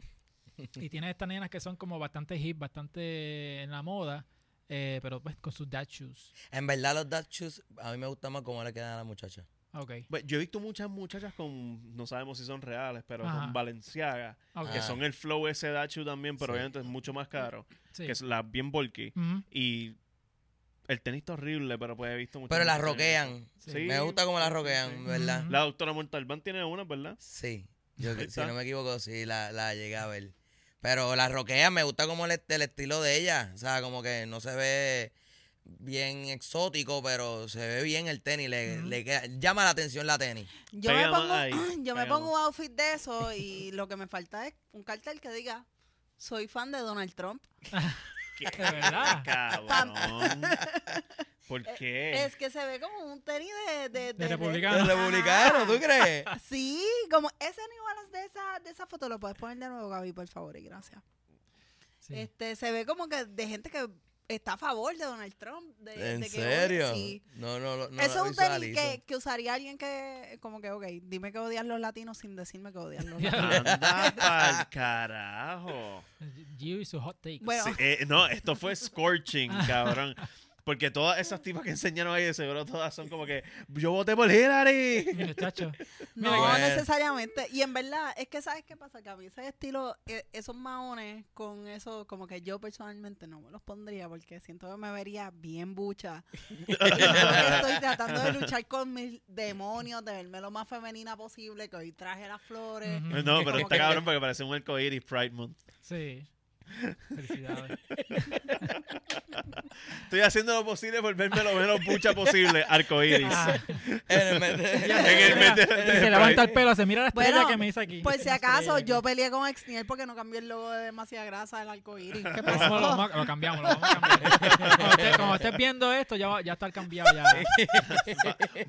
Speaker 1: y tiene estas nenas que son como bastante hip, bastante en la moda, eh, pero pues con sus dad shoes.
Speaker 4: En verdad, los dad shoes a mí me gusta más cómo le quedan a la muchacha.
Speaker 1: Ok,
Speaker 3: Bueno, Pues, Yo he visto muchas muchachas con, no sabemos si son reales, pero
Speaker 1: Ajá.
Speaker 3: con Valenciaga,
Speaker 1: ok.
Speaker 3: que
Speaker 4: Ah.
Speaker 3: son el flow ese Dachu también, pero
Speaker 4: Sí.
Speaker 3: obviamente es mucho más caro,
Speaker 1: sí.
Speaker 3: que es la bien bulky.
Speaker 1: Ujú.
Speaker 3: Y el tenis está horrible, pero pues he visto muchas
Speaker 4: Pero las
Speaker 3: muchachas-
Speaker 4: roquean.
Speaker 1: Sí.
Speaker 3: Sí.
Speaker 4: Me gusta cómo las roquean,
Speaker 3: sí, sí.
Speaker 4: ¿verdad?
Speaker 1: Ujú.
Speaker 3: La doctora Montalbán tiene una, ¿verdad?
Speaker 4: Sí. Yo,
Speaker 3: Ahí
Speaker 4: si
Speaker 3: está.
Speaker 4: no me equivoco, sí, la, la llegué a ver. Pero las roquean, me gusta como el, el estilo de ella. O sea, como que no se ve bien exótico, pero se ve bien el tenis. Le,
Speaker 1: Ujú.
Speaker 4: le queda- llama la atención
Speaker 1: [LAUGHS]
Speaker 4: la tenis.
Speaker 2: yo me
Speaker 3: Pega más
Speaker 2: pongo,
Speaker 3: ahí,
Speaker 2: [CLEARS THROAT] yo me
Speaker 3: pega
Speaker 2: pongo
Speaker 3: más.
Speaker 2: un outfit de eso y lo que me falta es un cartel que diga soy fan de Donald Trump.
Speaker 3: ¿Qué?
Speaker 1: De
Speaker 2: Ah.
Speaker 3: [LAUGHS]
Speaker 1: verdad.
Speaker 3: Cabrón.
Speaker 2: [LAUGHS]
Speaker 3: ¿Por qué?
Speaker 2: Eh, Es que se ve como un tenis de, de,
Speaker 1: De
Speaker 2: de-
Speaker 1: republicano.
Speaker 4: ¿El republicano,
Speaker 2: [LAUGHS]
Speaker 4: ¿tú crees?
Speaker 2: Sí, como ese New Balance de esa, de esa foto lo puedes poner de nuevo, Gaby, por favor, y gracias.
Speaker 1: Sí.
Speaker 2: Este, se ve como que de gente que está a favor de Donald Trump. de-
Speaker 4: ¿En
Speaker 2: de que,
Speaker 4: serio?
Speaker 2: sí.
Speaker 4: No, no, no. no
Speaker 2: Eso es
Speaker 4: la
Speaker 2: un tenis
Speaker 4: visualizo.
Speaker 2: que, que usaría alguien que, como que, ok, dime que odias los latinos sin decirme que odias los latinos. [LAUGHS]
Speaker 3: Anda pa'l carajo.
Speaker 1: Gio y su hot take.
Speaker 2: Bueno,
Speaker 3: Sí, eh, no, esto
Speaker 2: [LAUGHS]
Speaker 3: fue scorching, cabrón. Porque todas esas tipas que enseñaron ahí, de seguro todas son como que yo voté
Speaker 2: [LAUGHS]
Speaker 3: por Hillary.
Speaker 1: Muchacho.
Speaker 2: no
Speaker 1: Mira
Speaker 4: que-
Speaker 2: necesariamente. Y en verdad, es que sabes qué pasa, que a mí ese estilo, e- esos maones con eso, como que yo personalmente no me los pondría porque siento que me vería bien
Speaker 4: [LAUGHS]
Speaker 2: bucha. Y como que Estoy tratando de luchar con mis demonios, de verme lo más femenina posible, que hoy traje las flores.
Speaker 1: Ujú.
Speaker 3: No, pero
Speaker 2: Como
Speaker 3: está
Speaker 2: que-
Speaker 3: cabrón porque parece un arcoíris Pride Month.
Speaker 1: Sí. [LAUGHS] Felicidades.
Speaker 3: Estoy haciendo lo posible por verme lo menos pucha posible, arcoíris.
Speaker 1: Ah,
Speaker 4: [LAUGHS]
Speaker 1: [LAUGHS]
Speaker 4: En
Speaker 2: [LAUGHS]
Speaker 4: el mes de-
Speaker 3: En el mes
Speaker 1: mira,
Speaker 3: de- de
Speaker 1: se levanta
Speaker 3: Pride.
Speaker 1: el pelo, se mira la estrella
Speaker 2: Bueno,
Speaker 1: que me hizo aquí.
Speaker 4: [LAUGHS]
Speaker 2: Por si
Speaker 1: La
Speaker 2: acaso,
Speaker 1: pues, estrella
Speaker 2: yo
Speaker 1: aquí.
Speaker 2: peleé con Exniel porque no cambié el logo de demasiada grasa del arcoíris. ¿Qué
Speaker 1: Lo, vamos- lo
Speaker 2: pasó?
Speaker 1: vamos a- lo cambiamos, lo vamos a cambiar. [LAUGHS] Cuando estés, cuando estés viendo esto, ya, va- ya está cambiado [LAUGHS] ya.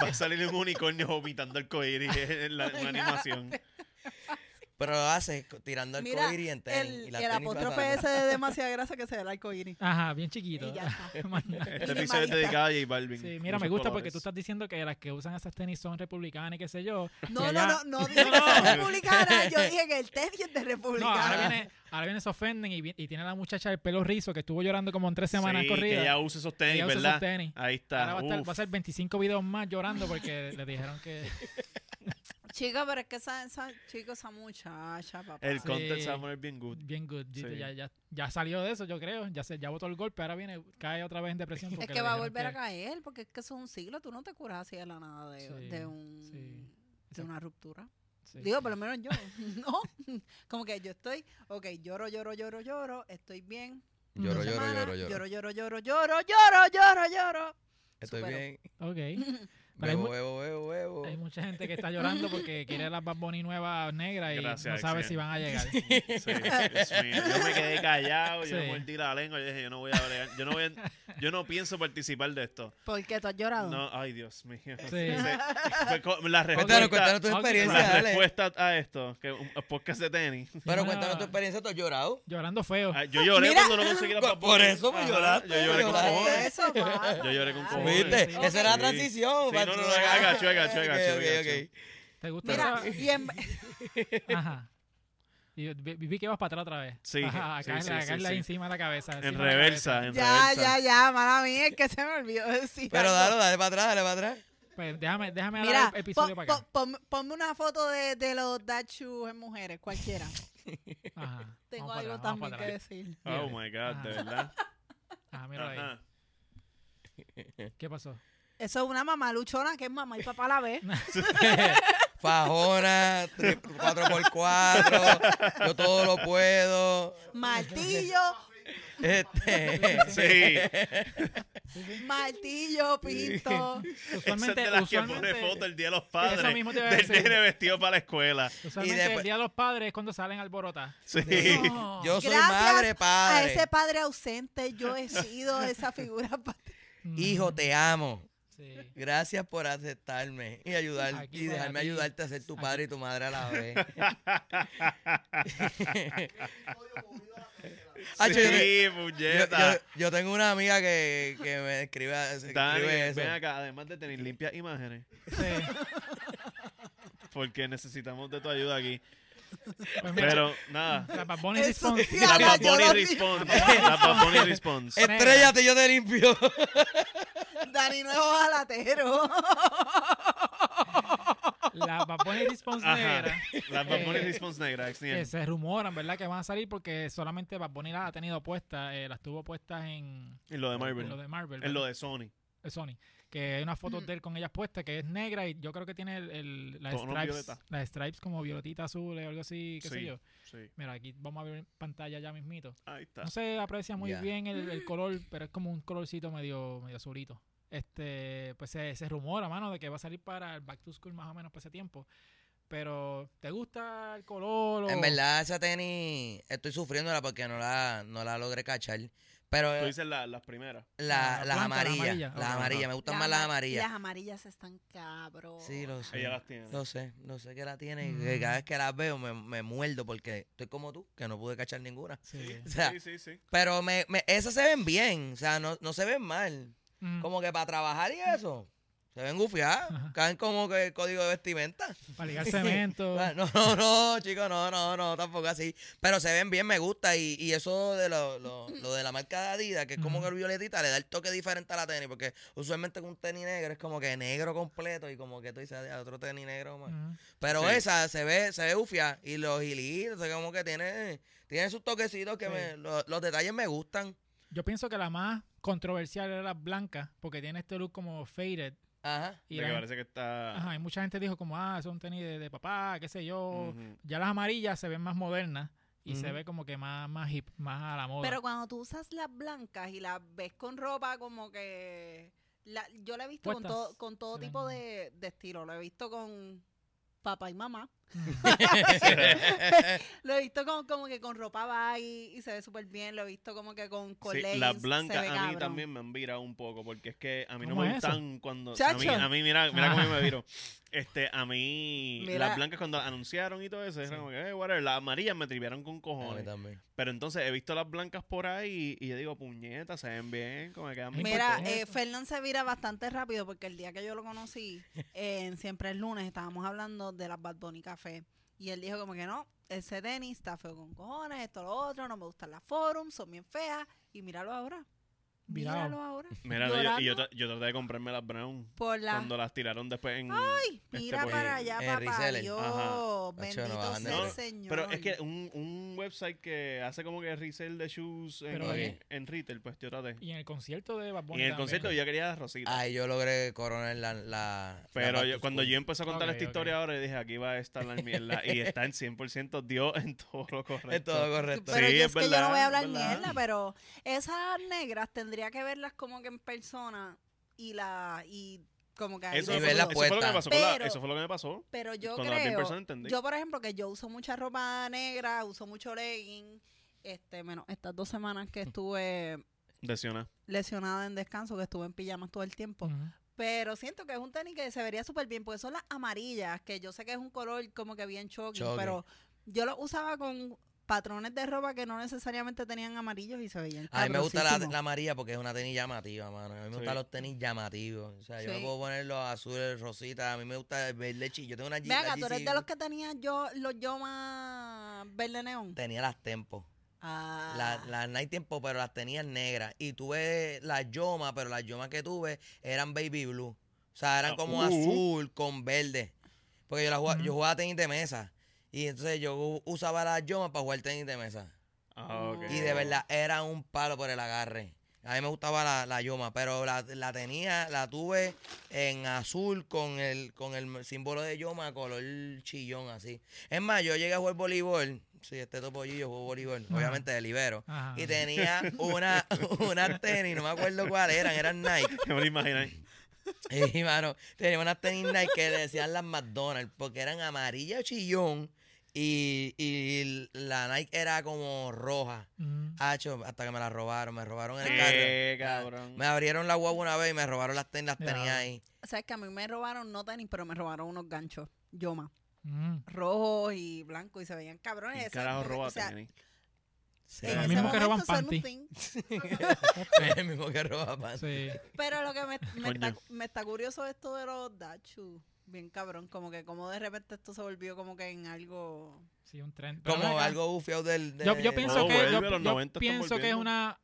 Speaker 3: Va a salir un unicornio vomitando arcoíris en la en la animación.
Speaker 4: [LAUGHS] Pero lo haces co- tirando el
Speaker 2: Mira,
Speaker 4: coiri en tenis.
Speaker 2: El,
Speaker 4: y la
Speaker 2: el
Speaker 4: tenis
Speaker 2: apóstrofe
Speaker 4: pasando.
Speaker 2: ese de demasiada grasa que se ve el arcoíris.
Speaker 1: Ajá, bien chiquito.
Speaker 2: Y ya
Speaker 1: [LAUGHS]
Speaker 2: está.
Speaker 1: Más nada.
Speaker 3: Este
Speaker 2: Minimalista.
Speaker 3: episodio es dedicado a J Balvin.
Speaker 1: Sí, mira, me
Speaker 3: Muchos
Speaker 1: gusta porque
Speaker 3: colores.
Speaker 1: tú estás diciendo que las que usan esas tenis son republicanas y qué sé yo. Y
Speaker 2: No, no,
Speaker 1: allá- [LAUGHS]
Speaker 2: no, no dije
Speaker 1: No,
Speaker 2: que son
Speaker 1: no.
Speaker 2: republicanas. Yo dije que el tenis es de
Speaker 1: No, ahora
Speaker 2: republicanas.
Speaker 1: viene, ahora viene, se ofenden y, vi- y tiene a la muchacha el pelo rizo que estuvo llorando como en tres semanas
Speaker 3: Sí,
Speaker 1: corridas.
Speaker 3: que ya usa esos tenis,
Speaker 1: Ella usa
Speaker 3: ¿verdad?
Speaker 1: esos tenis.
Speaker 3: Ahí está.
Speaker 1: Ahora va a, estar, [LAUGHS]
Speaker 3: Uf.
Speaker 1: va a ser 25 videos más llorando porque le dijeron que...
Speaker 2: Chica, pero es que esa, esa chica, esa muchacha, papá.
Speaker 3: El
Speaker 1: con-
Speaker 3: content
Speaker 1: Sí.
Speaker 3: se va a poner bien good.
Speaker 1: Bien good. Gito,
Speaker 3: Sí.
Speaker 1: Ya, ya, ya salió de eso, yo creo. Ya se, ya botó el golpe, ahora viene, cae otra vez en depresión.
Speaker 2: es
Speaker 1: porque
Speaker 2: que
Speaker 1: le
Speaker 2: va a
Speaker 1: dijeron
Speaker 2: volver a
Speaker 1: que-
Speaker 2: caer, porque es que eso es un siglo. Tú no te curas así de la nada de,
Speaker 1: Sí,
Speaker 2: de un,
Speaker 1: sí.
Speaker 2: de una ruptura.
Speaker 1: Sí,
Speaker 2: Digo,
Speaker 1: sí.
Speaker 2: por lo menos yo, [LAUGHS] ¿no? Como que yo estoy, ok, lloro, lloro, lloro, lloro, estoy bien.
Speaker 4: Lloro,
Speaker 2: una
Speaker 4: lloro,
Speaker 2: semana,
Speaker 4: lloro, lloro.
Speaker 2: Lloro, lloro, lloro, lloro, lloro, lloro, lloro.
Speaker 4: Estoy
Speaker 2: supero.
Speaker 4: bien.
Speaker 1: Ok. Pero hay
Speaker 4: Bebo,
Speaker 1: mu-
Speaker 4: bebo, bebo, bebo.
Speaker 1: Hay mucha gente que está llorando porque quiere las Bad Bunny nuevas negras y
Speaker 3: Gracias,
Speaker 1: no sabe
Speaker 3: Alexia.
Speaker 1: si van a llegar.
Speaker 3: [LAUGHS] Sí, Dios mío. Yo me quedé callado, yo
Speaker 1: Sí.
Speaker 3: mordí la lengua, yo dije, yo no voy a bregar, yo no voy a- yo no pienso participar de esto.
Speaker 2: Porque tú has llorado.
Speaker 3: No, ay Dios mío.
Speaker 1: Sí.
Speaker 3: Ese- fue co- la
Speaker 4: Cuéntanos,
Speaker 3: respuesta,
Speaker 4: cuéntanos tu
Speaker 1: Ok,
Speaker 4: experiencia,
Speaker 1: ok.
Speaker 3: la
Speaker 4: dale.
Speaker 3: respuesta a esto, que un un podcast de tenis.
Speaker 4: Pero
Speaker 1: Ah.
Speaker 4: cuéntanos tu experiencia, ¿tú has llorado?
Speaker 1: Llorando feo.
Speaker 3: Ah, yo lloré
Speaker 2: Mira.
Speaker 3: cuando no conseguí la
Speaker 4: Por-
Speaker 3: Bad Bunny.
Speaker 4: por eso me
Speaker 3: Ajá,
Speaker 4: lloraste,
Speaker 3: Yo lloré con
Speaker 4: lloraste.
Speaker 3: cojones.
Speaker 2: Eso, mano,
Speaker 3: Yo lloré con
Speaker 2: ya.
Speaker 3: cojones.
Speaker 4: ¿Viste?
Speaker 1: sí.
Speaker 4: Esa era la
Speaker 3: Sí.
Speaker 4: transición.
Speaker 3: Sí, no, no, no, agacho, agacho,
Speaker 4: Ok,
Speaker 3: agacho,
Speaker 4: ok,
Speaker 3: agacho.
Speaker 4: ok.
Speaker 1: ¿Te gusta
Speaker 2: Mira,
Speaker 1: esa?
Speaker 2: y en-
Speaker 1: Ajá. Y yo vi vi que vas para atrás otra vez.
Speaker 3: Sí,
Speaker 1: Ajá,
Speaker 3: sí,
Speaker 1: acá,
Speaker 3: sí,
Speaker 1: acá
Speaker 3: sí,
Speaker 1: es la
Speaker 3: sí.
Speaker 1: encima de la cabeza.
Speaker 3: En
Speaker 1: encima de la
Speaker 3: reversa,
Speaker 1: cabeza.
Speaker 3: en
Speaker 2: ya,
Speaker 3: reversa.
Speaker 2: ya, ya, mala mía, es que se me olvidó decir.
Speaker 4: Pero
Speaker 2: algo.
Speaker 4: dale, dale para atrás, dale para atrás.
Speaker 1: Pues déjame, déjame hablar
Speaker 2: Mira,
Speaker 1: el episodio
Speaker 2: pon-
Speaker 1: para acá.
Speaker 2: pon- pon- ponme una foto de, de los Dachu en mujeres,
Speaker 4: [LAUGHS]
Speaker 2: cualquiera.
Speaker 1: Ajá.
Speaker 2: Tengo
Speaker 1: Vamos para
Speaker 2: algo
Speaker 1: atrás, vamos
Speaker 2: también
Speaker 1: para
Speaker 2: que
Speaker 1: atrás.
Speaker 2: decir.
Speaker 3: Oh my god, de verdad.
Speaker 1: Ajá, míralo Ah, ahí.
Speaker 3: Ajá.
Speaker 1: ¿Qué pasó?
Speaker 2: Eso es una mamá luchona que es mamá y papá a la
Speaker 4: [LAUGHS]
Speaker 2: vez.
Speaker 4: Fajona, 4x4, yo todo lo puedo.
Speaker 2: Martillo,
Speaker 4: Este,
Speaker 3: Sí.
Speaker 2: martillo, pinto.
Speaker 3: [LAUGHS] Esa es
Speaker 1: Usualmente,
Speaker 3: de las que
Speaker 1: usualmente,
Speaker 3: pone foto el día de los padres.
Speaker 1: Eso mismo te iba a
Speaker 3: del
Speaker 1: decir.
Speaker 3: nene vestido para la escuela.
Speaker 1: usualmente
Speaker 4: Y después-
Speaker 1: el día de los padres es cuando salen alborotas.
Speaker 3: Sí.
Speaker 1: No.
Speaker 4: yo soy
Speaker 2: Gracias
Speaker 4: madre,
Speaker 2: A
Speaker 4: padre.
Speaker 2: ese padre ausente yo he sido esa figura. [LAUGHS] pa-
Speaker 4: Hijo, te amo.
Speaker 1: Mm. Sí.
Speaker 4: Gracias por aceptarme y ayudar
Speaker 1: Aquí
Speaker 4: y
Speaker 1: para
Speaker 4: dejarme
Speaker 1: ti.
Speaker 4: ayudarte a ser tu
Speaker 1: Aquí.
Speaker 4: padre y tu madre a la
Speaker 3: [LAUGHS]
Speaker 4: vez. Ah,
Speaker 3: sí,
Speaker 4: yo- Yo,
Speaker 3: puñeta.
Speaker 4: yo- yo tengo una amiga que, que me escribe, se
Speaker 3: Dani,
Speaker 4: escribe eso.
Speaker 3: ven acá, además de tener limpias imágenes,
Speaker 1: sí.
Speaker 3: porque necesitamos de tu ayuda aquí.
Speaker 1: Pues mira,
Speaker 3: Pero nada,
Speaker 1: la Bad Bunny
Speaker 2: Eso
Speaker 1: Response.
Speaker 2: sí,
Speaker 3: la
Speaker 2: ahora
Speaker 3: Bad
Speaker 2: yo
Speaker 3: Bunny
Speaker 2: lo vi.
Speaker 3: Response. La Bad Bunny
Speaker 4: Eh,
Speaker 3: Response.
Speaker 4: Estrellate, yo te limpio.
Speaker 2: Dani Nuevo Jalatero.
Speaker 1: La Bad Bunny Response
Speaker 3: Ajá.
Speaker 1: negra.
Speaker 3: La Bad Bunny
Speaker 1: Eh,
Speaker 3: Response negra, ex
Speaker 1: Que
Speaker 3: Niel.
Speaker 1: se rumoran, ¿verdad? Que van a salir porque solamente Bad Bunny las ha tenido puestas. eh, las tuvo puestas en,
Speaker 3: Y lo de
Speaker 1: en lo
Speaker 3: Marvel.
Speaker 1: de Marvel.
Speaker 3: En lo
Speaker 1: ¿verdad?
Speaker 3: de Sony.
Speaker 1: Eh, Sony. Que hay unas fotos
Speaker 2: Ujú.
Speaker 1: de él con ellas puestas, que es negra y yo creo que tiene el, el- las,
Speaker 3: Tonos
Speaker 1: stripes,
Speaker 3: violeta.
Speaker 1: las stripes como violetita azul o algo así, qué sé
Speaker 3: Sí.
Speaker 1: yo.
Speaker 3: Sí.
Speaker 1: Mira, aquí vamos a ver en pantalla ya mismito.
Speaker 3: Ahí está.
Speaker 1: No se aprecia muy
Speaker 4: Ya.
Speaker 1: bien el, el color, pero es como un colorcito medio, medio azulito. Este, pues se, se rumora, mano, de que va a salir para el Back to School más o menos para ese tiempo. Pero, ¿te gusta el color? o-
Speaker 4: En verdad, esa tenis estoy sufriéndola porque no la, no la logré cachar. Pero
Speaker 3: Tú
Speaker 4: eh,
Speaker 3: dices la- las primeras.
Speaker 4: la-
Speaker 1: la
Speaker 4: las
Speaker 1: blanca, la
Speaker 4: amarillas, las
Speaker 1: amarilla.
Speaker 4: amarillas,
Speaker 3: Ajá.
Speaker 4: me gustan más las amarillas.
Speaker 2: Las amarillas están cabros.
Speaker 4: Sí, lo sé.
Speaker 3: Ella las tiene.
Speaker 4: Lo sé, lo sé que la tiene. y
Speaker 1: Mm.
Speaker 4: que Cada vez que las veo me, me muerdo porque estoy como tú, que no pude cachar ninguna.
Speaker 1: Sí.
Speaker 4: O sea,
Speaker 3: Sí, sí, sí.
Speaker 4: pero me, me- esas se ven bien, o sea, no, no se ven mal.
Speaker 1: Mm,
Speaker 4: Como que para trabajar y eso, se ven gufiadas.
Speaker 1: Ajá.
Speaker 4: Caen como que el código de vestimenta.
Speaker 1: para ligar
Speaker 4: [LAUGHS]
Speaker 1: cemento.
Speaker 4: Ah, No, no, no, chicos, no, no, no, tampoco así. Pero se ven bien, me gusta. Y, y eso de lo, lo- lo de la marca de Adidas, que es como
Speaker 1: Ujú.
Speaker 4: que el violetita le da el toque diferente a la tenis, porque usualmente con un tenis negro es como que negro completo y como que tú dices, "Ah, otro tenis negro más.
Speaker 1: Mm.
Speaker 4: Pero
Speaker 3: Sí.
Speaker 4: esa se ve, se ve ufia. Y los hilitos, o sea, como que tiene, tiene sus toquecitos que
Speaker 1: Sí.
Speaker 4: me- lo- los detalles me gustan.
Speaker 1: Yo pienso que la más controversial era la blanca, porque tiene este look como faded.
Speaker 4: Ajá.
Speaker 1: Y
Speaker 3: De
Speaker 1: la
Speaker 3: que
Speaker 1: gen-
Speaker 3: parece que está.
Speaker 1: ajá, y mucha gente dijo como, ah, son tenis de, de papá, qué sé yo.
Speaker 3: Ujú.
Speaker 1: Ya las amarillas se ven más modernas y se
Speaker 4: Ujú.
Speaker 1: ve como que más, más hip, más a la moda.
Speaker 2: Pero cuando tú usas las blancas y las ves con ropa como que... la- yo la he visto con
Speaker 1: Puestas,
Speaker 2: todo, con todo
Speaker 1: se
Speaker 2: tipo
Speaker 1: ven-
Speaker 2: de, de estilo. Lo he visto con papá y
Speaker 3: [LAUGHS]
Speaker 2: mamá. Lo he visto con- como que con ropa va y, y se ve súper bien. Lo he visto como que con
Speaker 3: Sí,
Speaker 2: colegas.
Speaker 3: las blancas a mí también me han virado un poco, porque es que a mí no
Speaker 1: ¿Cómo
Speaker 3: me
Speaker 1: es eso?
Speaker 3: gustan cuando... o sea, a, mí,
Speaker 2: Chacho.
Speaker 3: a mí, mira, mira cómo yo
Speaker 1: Ah.
Speaker 3: me viro. Este, a mí,
Speaker 2: Mira.
Speaker 3: las blancas cuando anunciaron y todo eso, era
Speaker 1: Sí.
Speaker 3: como que, eh, whatever, las amarillas me tripearon con
Speaker 4: A mí
Speaker 3: cojones.
Speaker 4: también.
Speaker 3: Pero entonces he visto las blancas por ahí y, y yo digo, puñetas, se ven bien, como que "Ah, quedan bien.
Speaker 2: Mira,
Speaker 1: importa
Speaker 2: eh,
Speaker 1: eso.
Speaker 2: Fernán se vira bastante rápido porque el día que yo lo conocí, eh, en Siempre el lunes, estábamos hablando de las Bad Bunny Café. Y él dijo como que no, ese tenis está feo con cojones, esto, lo otro, no me gustan las forums, son bien feas. Y míralo ahora.
Speaker 1: Virado.
Speaker 2: Míralo ahora.
Speaker 3: Mira, yo, y yo,
Speaker 2: Llorando.
Speaker 3: tra- yo traté de comprarme las Brown
Speaker 2: Por la.
Speaker 3: cuando las tiraron después en. este,
Speaker 2: Mira
Speaker 3: pues,
Speaker 2: para allá,
Speaker 4: en
Speaker 2: papá
Speaker 4: reseller.
Speaker 2: Dios.
Speaker 3: Ajá.
Speaker 4: Nacho, no
Speaker 2: Bendito
Speaker 4: bajan de
Speaker 2: sea el
Speaker 3: nada.
Speaker 2: Señor.
Speaker 3: Pero es que un, un website que hace como que resell de shoes en,
Speaker 1: Pero,
Speaker 3: en,
Speaker 4: ok.
Speaker 3: en retail, pues yo traté.
Speaker 1: Y en el concierto de Bad
Speaker 3: Y
Speaker 1: Bunny
Speaker 3: en el
Speaker 1: también.
Speaker 3: concierto yo quería las rositas.
Speaker 4: Ay, yo logré coronar la. la
Speaker 3: Pero
Speaker 4: Ah, la
Speaker 3: yo-
Speaker 4: back to
Speaker 3: cuando
Speaker 4: school.
Speaker 3: yo empecé a contar
Speaker 1: Ok,
Speaker 3: esta
Speaker 1: ok.
Speaker 3: historia ahora, yo dije, aquí va a estar la
Speaker 4: [LAUGHS]
Speaker 3: mierda. y está en 100% Dios en todo lo correcto.
Speaker 4: Es todo
Speaker 2: Pero
Speaker 4: correcto.
Speaker 3: Sí,
Speaker 2: yo-
Speaker 3: es
Speaker 2: es, que yo no voy
Speaker 3: verdad,
Speaker 2: a hablar
Speaker 3: es verdad.
Speaker 2: mierda, pero esas negras tendría que verlas como que en persona y la y como que ahí
Speaker 3: Eso,
Speaker 4: Y
Speaker 2: de-
Speaker 3: fue-
Speaker 4: ver la
Speaker 3: eso fue lo que me
Speaker 4: puesta.
Speaker 3: pasó. con la-
Speaker 2: Pero-
Speaker 3: eso fue lo que me pasó.
Speaker 2: Pero yo
Speaker 3: Cuando las vi en
Speaker 2: creo,
Speaker 3: persona entendí.
Speaker 2: yo por ejemplo que yo uso mucha ropa negra, uso mucho legging, este, menos estas dos semanas que estuve
Speaker 3: Lesiona.
Speaker 2: lesionada en descanso, que estuve en pijamas todo el tiempo.
Speaker 1: Ujú.
Speaker 2: Pero siento que es un tenis que se vería súper bien, porque son las amarillas, que yo sé que es un color como que bien shocking,
Speaker 4: Shocking.
Speaker 2: pero yo lo usaba con patrones de ropa que no necesariamente tenían amarillos y se veían
Speaker 4: A mí me gusta la,
Speaker 2: cabrosísimos.
Speaker 4: la amarilla porque es una tenis llamativa, mano. A mí me gustan
Speaker 3: Sí.
Speaker 4: los tenis llamativos. O sea, yo me
Speaker 2: Sí.
Speaker 4: puedo poner los azules, rositas. A mí me gusta el verde chi. Yo tengo una G- la
Speaker 2: Venga, tú eres
Speaker 4: GC.
Speaker 2: de los que tenía yo, los yo más verde neón.
Speaker 4: Tenía las Tempo.
Speaker 2: Ah,
Speaker 4: La- Las Night Tempo, pero las tenía negras. Y tuve las Yoma, pero las Yoma que tuve eran baby blue. O sea, eran
Speaker 3: Ah,
Speaker 4: como
Speaker 3: uh.
Speaker 4: azul con verde. Porque yo, la jugaba,
Speaker 1: Ujú.
Speaker 4: yo jugaba tenis de mesa. Y entonces yo u- usaba las Yoma para jugar tenis de mesa.
Speaker 3: Ah,
Speaker 2: No.
Speaker 3: ok.
Speaker 4: Y de
Speaker 3: [LAUGHS]
Speaker 4: verdad era un palo por el agarre. A mí me gustaba la, la Yoma, pero la, la tenía, la tuve en azul con el, con el símbolo de Yoma color chillón así. Es más, yo llegué a jugar voleibol. Sí, este topollillo jugó voleibol,
Speaker 1: Ajá.
Speaker 4: obviamente de libero.
Speaker 1: Ajá.
Speaker 4: Y tenía una, [LAUGHS] unas tenis, no me acuerdo cuál eran, eran Nike. [LAUGHS]
Speaker 3: No me lo imaginé.
Speaker 4: Y, mano, tenía unas tenis Nike que le decían las McDonald's porque eran amarilla chillón y, y la Nike era como roja.
Speaker 1: Ujú.
Speaker 4: Hacho, hasta que me la robaron, me robaron el
Speaker 3: Eh,
Speaker 4: carro.
Speaker 3: cabrón.
Speaker 4: Me abrieron la guagua una vez y me robaron las tenis, las
Speaker 1: Ya.
Speaker 4: tenía ahí.
Speaker 2: sabes que a mí me robaron no tenis, pero me robaron unos ganchos, yo más,
Speaker 4: [LAUGHS]
Speaker 1: Ujú.
Speaker 2: rojos y blancos y se veían cabrones.
Speaker 3: ¿Quién
Speaker 2: Esa-
Speaker 3: Carajo,
Speaker 2: porque, o
Speaker 3: roba
Speaker 2: sea,
Speaker 3: tenis?
Speaker 4: Eh,
Speaker 1: Lo
Speaker 2: en ese
Speaker 1: mismo que roban
Speaker 2: momento son un
Speaker 1: panty.
Speaker 2: thing.
Speaker 4: [LAUGHS] El mismo que roba pan.
Speaker 1: Sí.
Speaker 2: Pero lo que
Speaker 3: [LAUGHS]
Speaker 2: me, me,
Speaker 3: Coño.
Speaker 2: está, me está curioso es esto de los Dachu. Bien cabrón, como que como de repente esto se volvió como que en algo...
Speaker 1: Sí, un tren. Pero ven
Speaker 4: Como
Speaker 1: acá.
Speaker 4: algo bufiado del. de-
Speaker 1: Yo, yo pienso,
Speaker 3: Oh,
Speaker 1: que,
Speaker 3: vuelve,
Speaker 1: yo-
Speaker 3: los
Speaker 1: yo
Speaker 3: 90 están
Speaker 1: pienso que es
Speaker 3: volviendo.
Speaker 1: una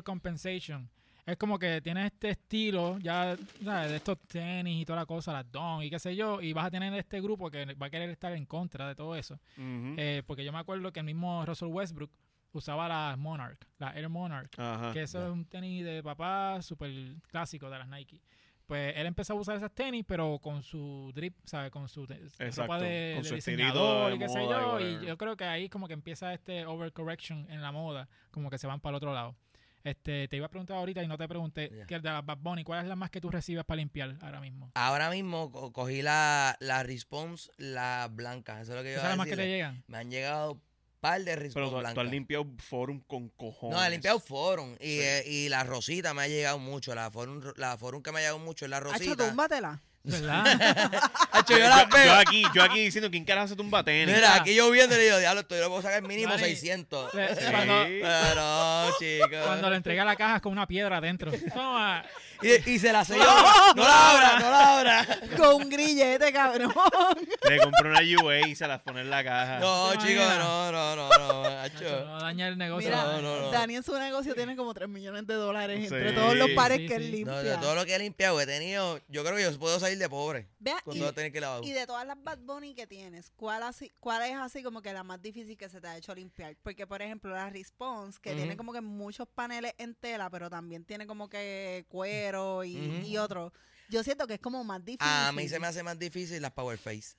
Speaker 1: overcompensation. Es como que tienes este estilo ya ¿sabes? de estos tenis y toda la cosa, las don y qué sé yo, y vas a tener este grupo que va a querer estar en contra de todo eso.
Speaker 3: Ujú.
Speaker 1: Eh, porque yo me acuerdo que el mismo Russell Westbrook usaba las Monarch, la Air Monarch,
Speaker 3: Ajá.
Speaker 1: que eso es un tenis de papá súper clásico de las Nike. Pues él empezó a usar esas tenis, pero con su drip, ¿sabes? Con su te- ropa
Speaker 3: Exacto,
Speaker 1: de,
Speaker 3: con
Speaker 1: de
Speaker 3: su
Speaker 1: diseñador
Speaker 3: estilito de
Speaker 1: y qué sé
Speaker 3: moda y
Speaker 1: yo.
Speaker 3: whatever.
Speaker 1: Y yo creo que ahí como que empieza este overcorrection en la moda, como que se van para el otro lado. Este, te iba a preguntar ahorita y no te pregunté,
Speaker 4: Ya.
Speaker 1: que de las Bad Bunny, ¿cuál es la más que tú recibes para limpiar ahora mismo?
Speaker 4: Ahora mismo co- cogí la, la response, la blanca. Eso es lo que yo
Speaker 1: ¿Esa
Speaker 4: iba
Speaker 1: es la
Speaker 4: a
Speaker 1: más que te
Speaker 4: decirle.
Speaker 1: llegan?
Speaker 4: Me han llegado un par de
Speaker 3: Pero
Speaker 4: response
Speaker 3: tú, tú has
Speaker 4: blancas.
Speaker 3: limpiado Forum con cojones.
Speaker 4: No, he limpiado Forum. Y,
Speaker 3: Sí.
Speaker 4: eh, y la rosita me ha llegado mucho. La forum, la forum que me ha llegado mucho es la
Speaker 2: ¡Hacho,
Speaker 4: rosita. [LAUGHS]
Speaker 2: túmbatela!
Speaker 1: ¿Verdad? [LAUGHS]
Speaker 4: Hacho,
Speaker 3: Yo,
Speaker 4: yo la
Speaker 3: yo-
Speaker 4: veo.
Speaker 3: yo aquí, yo aquí diciendo, ¿quién carajo se tumba tenis?
Speaker 4: Mira, aquí yo viendo le digo, diablo, esto yo lo puedo sacar mínimo
Speaker 1: Vale.
Speaker 4: 600.
Speaker 1: Le-
Speaker 3: Sí.
Speaker 1: cuando,
Speaker 4: Pero no,
Speaker 1: cuando
Speaker 4: chicos.
Speaker 1: le entrega la caja es con una piedra
Speaker 4: [LAUGHS]
Speaker 1: adentro. Toma.
Speaker 4: Y, y se la selló. No, la abra, no
Speaker 1: [LAUGHS]
Speaker 4: la abra.
Speaker 2: Con un grillete, cabrón.
Speaker 3: Le compré una UA y se las pone en la caja.
Speaker 4: No,
Speaker 1: ¿Te
Speaker 4: chicos,
Speaker 1: imaginas?
Speaker 4: no, no, no, no.
Speaker 1: [LAUGHS]
Speaker 4: hacho.
Speaker 1: Nacho, no daña el negocio.
Speaker 2: Mira,
Speaker 4: No, no, no.
Speaker 2: Dani en su negocio tiene como 3 millones de dólares entre
Speaker 3: Sí.
Speaker 2: todos los pares
Speaker 1: Sí,
Speaker 2: que
Speaker 1: sí.
Speaker 2: él limpia.
Speaker 4: No, de todo lo que he limpiado, he tenido. Yo creo que yo puedo salir de pobre.
Speaker 2: Vea,
Speaker 4: Con
Speaker 2: y,
Speaker 4: todo tener que lavar.
Speaker 2: y de todas las Bad Bunny que tienes, ¿cuál, así, ¿cuál es así como que la más difícil que se te ha hecho limpiar? Porque, por ejemplo, la Response, que tiene
Speaker 4: Ujú.
Speaker 2: como que muchos paneles en tela, pero también tiene como que cuero y,
Speaker 4: Ujú.
Speaker 2: y otro. Yo siento que es como más difícil.
Speaker 4: A mí se me hace más difícil las Power Face.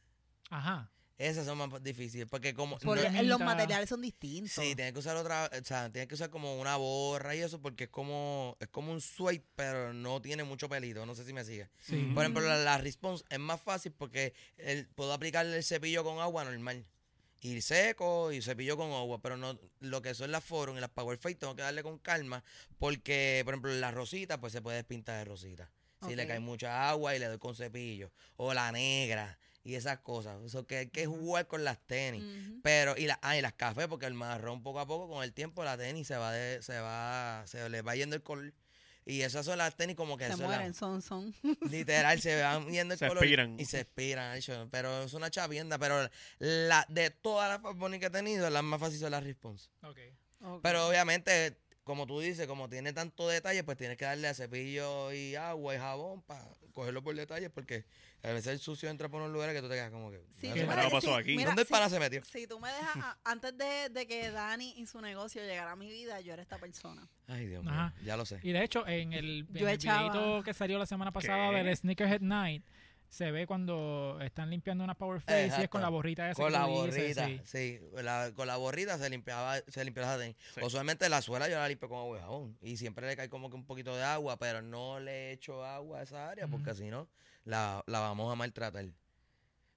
Speaker 1: Ajá.
Speaker 4: Esas son más difíciles. Porque como.
Speaker 1: Por
Speaker 2: Porque
Speaker 1: no-
Speaker 2: los
Speaker 1: Herramienta.
Speaker 2: materiales son distintos.
Speaker 4: Sí, tienes que usar otra, o sea, tienes que usar como una borra y eso porque es como es como un suede, pero no tiene mucho pelito, no sé si me sigue.
Speaker 1: Sí.
Speaker 4: Por em-
Speaker 2: Mm.
Speaker 4: ejemplo, la, la response es más fácil porque el- puedo aplicarle el cepillo con agua normal. Y seco y cepillo con agua, pero no lo que son las forum y las power fade tengo que darle con calma porque, por ejemplo, la rosita pues se puede despintar de rosita. Si le
Speaker 2: Ok.
Speaker 4: cae mucha agua y le doy con cepillo. O la negra y esas cosas. Eso que hay que jugar con las tenis.
Speaker 2: Ujú.
Speaker 4: Pero, y, la, ah, y las cafés, porque el marrón poco a poco con el tiempo la tenis se va, de, se va, se le va yendo el color. Y esas son las tenis como que
Speaker 2: Se
Speaker 4: son las-
Speaker 2: mueren, son, son.
Speaker 4: literal, se van yendo el
Speaker 3: Se
Speaker 4: color. y-
Speaker 3: expiran.
Speaker 4: Y se expiran, hecho. Pero es una chavienda, pero la, de todas las Fast Bunny que he tenido, las más fáciles son las Response.
Speaker 1: Ok.
Speaker 2: Ok.
Speaker 4: Pero eh, obviamente como tú dices, como tiene tanto detalle, pues tienes que darle a cepillo y agua y jabón para cogerlo por detalles, porque a veces el sucio entra por unos lugares que tú te quedas como que.
Speaker 2: Si
Speaker 4: "Mira,
Speaker 2: tú
Speaker 3: ¿Qué
Speaker 2: me-
Speaker 3: carajo
Speaker 2: si-
Speaker 3: pasó aquí?
Speaker 2: mira,
Speaker 4: ¿Dónde el
Speaker 2: si-
Speaker 4: pana se metió?
Speaker 2: Si tú me dejas, a- antes de, de que Dani y su negocio llegara a mi vida, yo era esta persona.
Speaker 4: Ay, Dios
Speaker 1: Ajá.
Speaker 4: mío, ya lo sé.
Speaker 1: Y de hecho, en el,
Speaker 2: Yo
Speaker 1: en el
Speaker 2: echaba-
Speaker 1: videito que salió la semana pasada
Speaker 3: ¿Qué?
Speaker 1: del Sneakerhead Night, se ve cuando están limpiando una Power Face y es
Speaker 4: Exacto.
Speaker 1: con la borrita esa.
Speaker 4: Con
Speaker 1: que
Speaker 4: la
Speaker 1: tú dices,
Speaker 4: borrita,
Speaker 1: sí.
Speaker 4: sí. la- con la borrita se limpiaba, se limpiaba la tenis.
Speaker 3: Sí.
Speaker 4: Usualmente la suela yo la limpio con agua y jabón. Y siempre le cae como que un poquito de agua, pero no le echo agua a esa área porque
Speaker 1: Ujú.
Speaker 4: si no, la, la vamos a maltratar.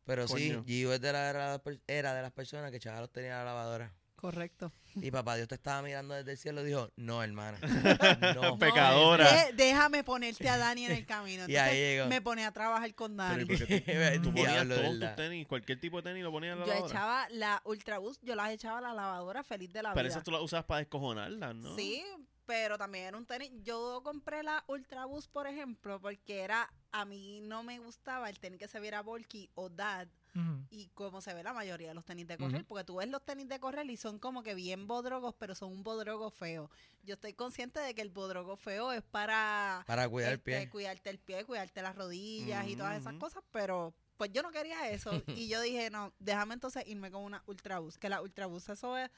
Speaker 4: Pero sí,
Speaker 3: Coño.
Speaker 4: Gio es de la- era, de las per- era de las personas que chavalos tenía la lavadora.
Speaker 2: Correcto.
Speaker 4: Y papá Dios te estaba mirando desde el cielo y dijo, no, hermana, no.
Speaker 3: Pecadora.
Speaker 2: De- déjame ponerte a Dani en el camino.
Speaker 4: Y ahí
Speaker 2: Entonces,
Speaker 4: llegó.
Speaker 2: me ponía a trabajar con
Speaker 3: [LAUGHS] Pero,
Speaker 2: Dani.
Speaker 3: ¿y por qué tú-
Speaker 4: [LAUGHS] Diablo,
Speaker 3: Tú ponías
Speaker 4: de
Speaker 3: todos tus
Speaker 4: verdad.
Speaker 3: tenis, cualquier tipo de tenis lo ponías en la
Speaker 2: Yo
Speaker 3: lavadora.
Speaker 2: echaba la Ultraboost, yo las echaba a la lavadora feliz de la
Speaker 3: Pero
Speaker 2: vida.
Speaker 3: esas tú las usabas para descojonarlas, ¿no?
Speaker 2: Sí, pero también era un tenis. Yo compré la Ultraboost, por ejemplo, porque era a mí no me gustaba el tenis que se viera bulky o dad
Speaker 1: Ujú.
Speaker 2: y como se ve la mayoría de los tenis de correr,
Speaker 1: Ujú.
Speaker 2: porque tú ves los tenis de correr y son como que bien bodrogos, pero son un bodrogo feo. Yo estoy consciente de que el bodrogo feo es para
Speaker 4: Para cuidar el
Speaker 2: este,
Speaker 4: pie.
Speaker 2: cuidarte el pie, cuidarte las rodillas y todas esas
Speaker 3: Ujú.
Speaker 2: cosas, pero pues yo no quería eso.
Speaker 4: [LAUGHS]
Speaker 2: y yo dije, no, déjame entonces irme con una Ultrabus, que la Ultrabus eso es...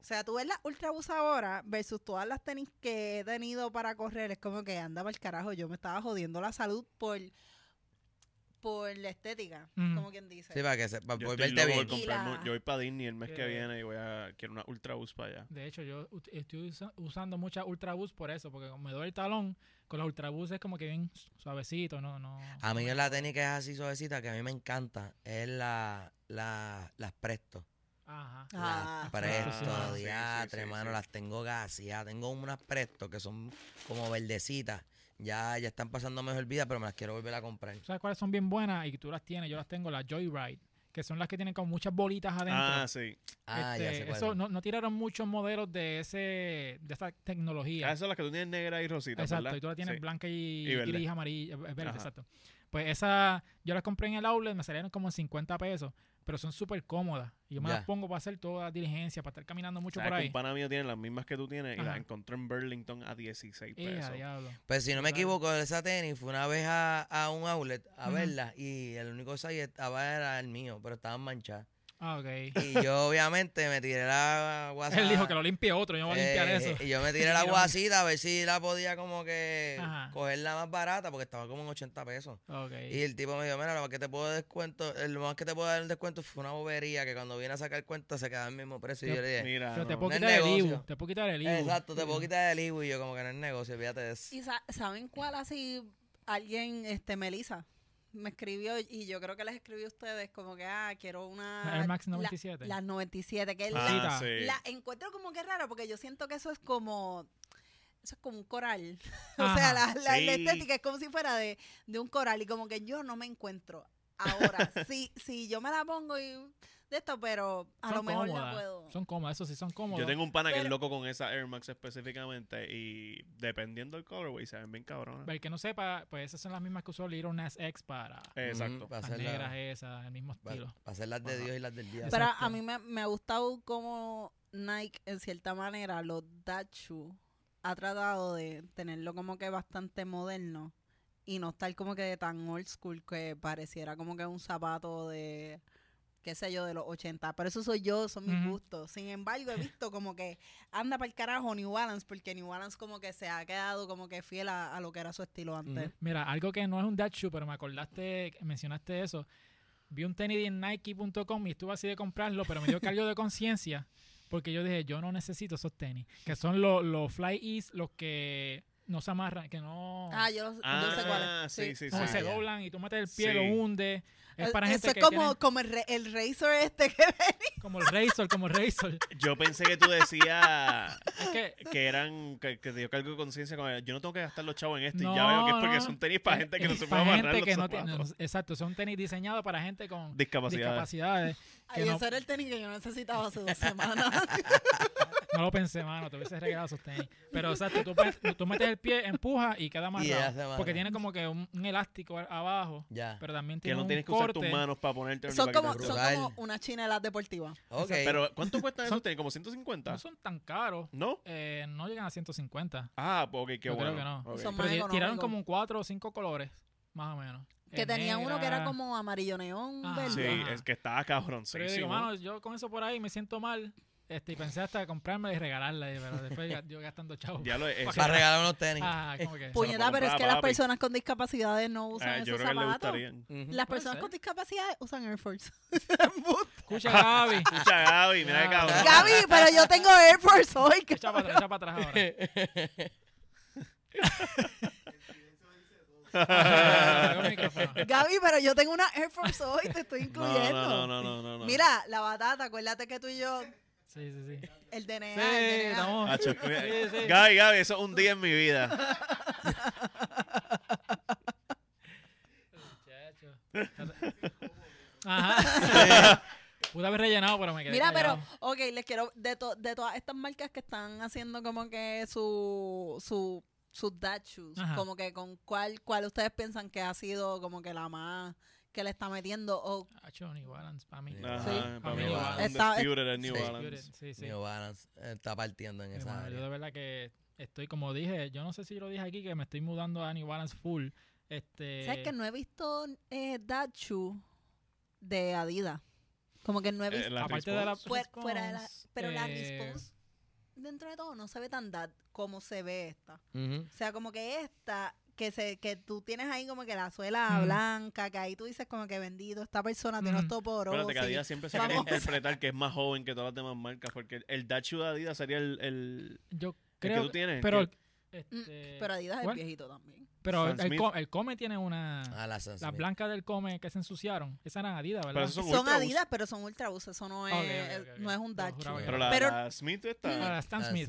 Speaker 2: O sea, tú ves la Ultrabus ahora versus todas las tenis que he tenido para correr, es como que andaba el carajo, yo me estaba jodiendo la salud por por la estética,
Speaker 1: Ujú.
Speaker 2: como quien dice.
Speaker 4: Sí, para que se, para
Speaker 3: Yo estoy
Speaker 4: volverte
Speaker 3: loco
Speaker 4: bien.
Speaker 3: por comprarme
Speaker 2: Y
Speaker 3: un-
Speaker 2: la-
Speaker 3: Yo voy para Disney el mes que
Speaker 1: Eh.
Speaker 3: viene y voy a... Quiero una Ultra Boost para allá.
Speaker 1: De hecho, yo ut- estoy usa- usando mucha Ultra Boost por eso, porque como me duele el talón, con la Ultra Boost es como que bien suavecito, no, no.
Speaker 4: A mí
Speaker 1: no me-
Speaker 4: la tenis que es así suavecita, que a mí me encanta, es la, la, las presto.
Speaker 1: Ajá.
Speaker 2: Ah.
Speaker 4: Las presto,
Speaker 1: Ah, sí,
Speaker 3: sí,
Speaker 4: diatre,
Speaker 3: sí,
Speaker 4: mano,
Speaker 3: sí.
Speaker 4: las tengo gaseadas. Tengo unas presto que son como verdecitas. Ya, ya están pasando mejor vida, pero me las quiero volver a comprar.
Speaker 1: ¿Sabes cuáles son bien buenas? Y tú las tienes, yo las tengo, las Joyride, que son las que tienen como muchas bolitas adentro.
Speaker 3: Ah, sí.
Speaker 4: Ah, ya
Speaker 1: Este,
Speaker 4: sé cuál.
Speaker 1: eso,
Speaker 4: es.
Speaker 1: no, no tiraron muchos modelos de ese de esa tecnología.
Speaker 3: Ah, esas son las que tú tienes negra y rosita,
Speaker 1: exacto,
Speaker 3: ¿verdad?
Speaker 1: y tú la tienes
Speaker 3: Sí.
Speaker 1: blanca y,
Speaker 3: Y verde.
Speaker 1: gris, amarilla, eh, verde,
Speaker 3: Ajá.
Speaker 1: exacto. Pues esa, yo las compré en el outlet, me salieron como en 50 pesos, pero son súper cómodas. Y yo me
Speaker 4: Ya.
Speaker 1: las pongo para hacer toda diligencia, para estar caminando mucho
Speaker 3: ¿Sabes
Speaker 1: por
Speaker 3: que
Speaker 1: ahí.
Speaker 3: Un pana mío tiene las mismas que tú tienes y
Speaker 1: Ajá.
Speaker 3: las encontró en Burlington a 16
Speaker 1: Eh, a
Speaker 3: pesos.
Speaker 1: diablo.
Speaker 4: Pues si no me
Speaker 1: Claro.
Speaker 4: equivoco, esa tenis fue una vez a, a un outlet a
Speaker 1: Ujú.
Speaker 4: verla y el único size estaba era el mío, pero estaban manchadas.
Speaker 1: Ah, [LAUGHS] ok.
Speaker 4: Y yo [LAUGHS] obviamente me tiré la guasa.
Speaker 1: Él dijo que lo limpie otro, yo no voy a limpiar
Speaker 4: Eh,
Speaker 1: eso. [LAUGHS]
Speaker 4: Y yo me tiré la
Speaker 1: Tiró.
Speaker 4: guasita a ver si la podía como que
Speaker 1: Ajá.
Speaker 4: coger la más barata porque estaba como en 80 pesos.
Speaker 1: Ok.
Speaker 4: Y el tipo me dijo, mira, lo más que te puedo descuento, eh, lo más que te puedo dar en descuento fue una bobería que cuando vine a sacar cuenta se queda al mismo precio. Y yo le dije,
Speaker 3: Mira,
Speaker 1: Pero te
Speaker 3: no.
Speaker 1: puedo
Speaker 4: no es
Speaker 1: quitar el
Speaker 4: negocio.
Speaker 1: IBU, te puedo quitar el IBU.
Speaker 4: exacto, te puedo quitar el IBU y yo como que no es negocio, fíjate de eso.
Speaker 2: ¿Y sa- saben cuál así alguien, este, Melissa, me escribió y yo creo que les escribí a ustedes como que, ah, quiero
Speaker 1: La
Speaker 2: una...
Speaker 1: [LAUGHS] Air Max
Speaker 2: la-
Speaker 1: 97.
Speaker 2: las 97, que es
Speaker 1: Ah,
Speaker 2: la,
Speaker 1: cita.
Speaker 3: Ah, sí.
Speaker 2: la encuentro como que raro porque yo siento que eso es como... Eso es como un coral. [LAUGHS] o
Speaker 1: Ajá.
Speaker 2: sea, la, la- la
Speaker 3: Sí.
Speaker 2: estética es como si fuera de, de un coral y como que yo no me encuentro.
Speaker 1: [LAUGHS]
Speaker 2: Ahora, sí, sí, yo me la pongo y de esto, pero a
Speaker 1: son
Speaker 2: lo mejor
Speaker 1: cómodas,
Speaker 2: la puedo.
Speaker 1: Son cómodas, eso sí, son cómodas.
Speaker 3: Yo tengo un pana que es
Speaker 2: Pero-
Speaker 3: loco con esa Air Max específicamente y dependiendo del colorway se ven bien cabronas.
Speaker 1: Para el que no sepa, pues esas son las mismas que usó Little Nas X para
Speaker 3: Exacto.
Speaker 4: Para
Speaker 1: las
Speaker 4: hacer,
Speaker 1: negras
Speaker 4: la-
Speaker 1: esas, el mismo
Speaker 4: pa-
Speaker 1: estilo.
Speaker 4: pa' hacer las de
Speaker 3: Ajá.
Speaker 4: Dios y las del diablo.
Speaker 2: Pero a
Speaker 1: Exacto.
Speaker 2: mí me, me ha gustado como Nike, en cierta manera, los Dachu ha tratado de tenerlo como que bastante moderno y no estar como que tan old school que pareciera como que un zapato de, qué sé yo, de los 80. Pero eso soy yo, son mis
Speaker 1: Ujú.
Speaker 2: gustos. Sin embargo, he visto como que anda para el carajo New Balance porque New Balance como que se ha quedado como que fiel a, a lo que era su estilo antes.
Speaker 1: Mira, algo que no es un dad shoe, pero me acordaste, mencionaste eso. Vi un tenis en Nike.com y estuve así de comprarlo, pero me dio cargo de conciencia porque yo dije, yo no necesito esos tenis, que son los, los Fly Ease, los que no se amarran, que no,
Speaker 2: Ah, yo, yo sé cuál
Speaker 3: Ah,
Speaker 2: es.
Speaker 3: sí, sí, sí.
Speaker 1: no
Speaker 4: Ah,
Speaker 1: se
Speaker 4: ya.
Speaker 1: doblan y tú metes el pie, lo
Speaker 3: Sí.
Speaker 1: hunde. Es para
Speaker 2: Eh,
Speaker 1: gente
Speaker 2: Eso es
Speaker 1: que
Speaker 2: como,
Speaker 1: tienen-
Speaker 2: como el, re- el Razor este que
Speaker 1: como el Razor, como el Razor.
Speaker 3: Yo pensé que tú decías
Speaker 1: Es que
Speaker 3: que eran que, que te dio cargo de conciencia con yo no tengo que gastar los chavos en esto
Speaker 1: No,
Speaker 3: y ya veo que es porque
Speaker 1: no.
Speaker 3: son tenis [LAUGHS] para gente que no
Speaker 1: es
Speaker 3: se puede
Speaker 1: para
Speaker 3: amarrar
Speaker 1: gente que
Speaker 3: los
Speaker 1: no
Speaker 3: zapatos.
Speaker 1: tiene- no, exacto, son tenis diseñados para gente con
Speaker 3: Discapacidades.
Speaker 1: discapacidades. que
Speaker 2: Ay,
Speaker 1: no-
Speaker 3: [LAUGHS]
Speaker 2: ese era el tenis que yo necesitaba hace dos semanas.
Speaker 1: No lo pensé, mano, te hubiese regalado esos tenis. Pero, o sea, tú, tú pe- tú metes el pie, empujas y queda más
Speaker 4: Y hace amarrado.
Speaker 1: Porque tiene como que un, un elástico a- abajo,
Speaker 4: Ya.
Speaker 1: pero también
Speaker 3: Que
Speaker 1: tiene
Speaker 3: no
Speaker 1: un
Speaker 3: tienes que usar
Speaker 1: corte.
Speaker 3: tus manos para ponerte
Speaker 2: Son
Speaker 3: para que
Speaker 2: como,
Speaker 3: te-
Speaker 4: brutal.
Speaker 2: son como unas chinelas deportivas.
Speaker 4: Ok.
Speaker 3: Pero, ¿cuánto cuestan
Speaker 1: Son-
Speaker 3: esos tenis? ¿Como 150?
Speaker 1: No son tan caros.
Speaker 3: ¿No?
Speaker 1: Eh, no llegan a 150.
Speaker 3: Ah, pues, ok, qué
Speaker 1: Yo creo
Speaker 3: bueno.
Speaker 1: que no.
Speaker 3: Ok.
Speaker 2: Son-
Speaker 1: Pero ti-
Speaker 2: Más
Speaker 1: tiraron
Speaker 2: económico.
Speaker 1: como cuatro o cinco colores, más o menos.
Speaker 2: Que
Speaker 1: Eh,
Speaker 2: tenía uno que era
Speaker 1: negra.
Speaker 2: como amarillo neón,
Speaker 1: Ah.
Speaker 2: verde.
Speaker 3: Sí,
Speaker 1: Ajá.
Speaker 3: es que está cabroncísimo.
Speaker 1: Pero yo digo, mano, yo con eso por ahí me siento mal. Este, y pensé hasta comprarme y regalarla, y- pero después ga- yo gastando chavo.
Speaker 3: ya lo es.
Speaker 4: Para regalar unos tenis.
Speaker 1: Ah, como que.
Speaker 3: Pues-
Speaker 2: Puñeta, pero es que
Speaker 3: compraba,
Speaker 2: las
Speaker 3: papi.
Speaker 2: personas con discapacidades no usan
Speaker 3: Ah, yo
Speaker 2: esos
Speaker 3: creo que le
Speaker 2: zapatos. [LAUGHS]
Speaker 3: gustarían.
Speaker 4: Ujú.
Speaker 2: Las
Speaker 1: Mm, Puede
Speaker 2: personas
Speaker 1: ser.
Speaker 2: con discapacidades usan Air
Speaker 3: [LAUGHS]
Speaker 2: Force. [LAUGHS]
Speaker 1: Escucha, Gaby.
Speaker 3: Escucha, Gaby, mira
Speaker 1: Ah.
Speaker 3: qué cabrón.
Speaker 2: Gaby, pero yo tengo Air Force hoy.
Speaker 1: [LAUGHS] Echa para atrás, echa para atrás ahora. Ah, con el micrófono.
Speaker 2: [LAUGHS] Gaby, pero yo tengo una Air Force hoy, te estoy
Speaker 3: No, no,
Speaker 2: incluyendo.
Speaker 3: no, no, no, no, no.
Speaker 2: Mira, la batata, acuérdate que tú y yo,
Speaker 1: Sí, sí, sí.
Speaker 2: el
Speaker 1: Sí,
Speaker 2: DNA. el DNA.
Speaker 1: estamos.
Speaker 3: Hacho,
Speaker 2: [LAUGHS]
Speaker 3: mira.
Speaker 1: Sí, sí.
Speaker 3: Gaby, Gaby, eso es un día en mi vida.
Speaker 1: Muchacho. Ajá. Pude haber rellenado, pero me quedé.
Speaker 2: Mira, pero,
Speaker 1: callado.
Speaker 2: ok, les quiero, de, to- de todas estas marcas que están haciendo como que su, su, sus dad shoes,
Speaker 1: Ajá.
Speaker 2: como que con cuál, cuál ustedes piensan que ha sido como que la más que le está metiendo o
Speaker 1: Hacho, Ah, New Balance, para mí.
Speaker 4: Ajá,
Speaker 3: Ajá,
Speaker 2: Sí.
Speaker 3: para mí,
Speaker 4: New Balance.
Speaker 3: Undisputed es New
Speaker 4: Sí.
Speaker 3: Balance. Eh,
Speaker 1: Sí, sí.
Speaker 4: New Balance eh, está partiendo en
Speaker 1: Sí,
Speaker 4: esa
Speaker 1: mano, yo de
Speaker 4: área.
Speaker 1: verdad que estoy, como dije, yo no sé si lo dije aquí, que me estoy mudando a New Balance full. Este,
Speaker 2: ¿Sabes que no he visto eh, dad shoe de Adidas? Como que no he visto.
Speaker 3: Eh, la
Speaker 1: aparte de la
Speaker 3: response.
Speaker 2: Fuera- fuera de la-
Speaker 1: response,
Speaker 2: pero la
Speaker 1: eh,
Speaker 2: response, dentro de todo, no se ve tan dad como se ve esta.
Speaker 4: Ujú.
Speaker 2: O sea, como que esta, que se que tú tienes ahí como que la suela
Speaker 1: Mm.
Speaker 2: blanca, que ahí tú dices como que bendito, esta persona tiene
Speaker 1: Mm.
Speaker 2: esto por
Speaker 3: Espérate, que Adidas siempre se quiere
Speaker 2: Vamos.
Speaker 3: interpretar que es más joven que todas las demás marcas, porque el- el Dachu de Adidas sería el, el,
Speaker 1: Yo
Speaker 3: el
Speaker 1: creo
Speaker 3: que tú [LAUGHS] tienes. el
Speaker 1: pero,
Speaker 3: que-
Speaker 1: este,
Speaker 2: Mm, Pero Adidas es
Speaker 1: ¿cuál?
Speaker 2: viejito también.
Speaker 1: pero
Speaker 3: Sam
Speaker 1: el,
Speaker 3: Smith.
Speaker 1: co- el Come tiene una...
Speaker 4: Ah, la Sam
Speaker 1: las
Speaker 4: Smith.
Speaker 1: blancas del Come que se ensuciaron. Esas eran Adidas,
Speaker 3: pero
Speaker 1: ¿verdad?
Speaker 3: esos son,
Speaker 2: Son
Speaker 3: Ultra Boost.
Speaker 2: Adidas, pero son ultra bus, eso no es,
Speaker 1: Ok, ok, ok,
Speaker 2: no es
Speaker 1: ok.
Speaker 2: un
Speaker 1: Yo
Speaker 2: dacho.
Speaker 1: juraba que
Speaker 3: Pero
Speaker 1: era.
Speaker 3: la,
Speaker 2: Pero-
Speaker 3: la Smith
Speaker 1: Ah,
Speaker 3: está.
Speaker 1: la Stan
Speaker 4: Ah,
Speaker 1: Smith.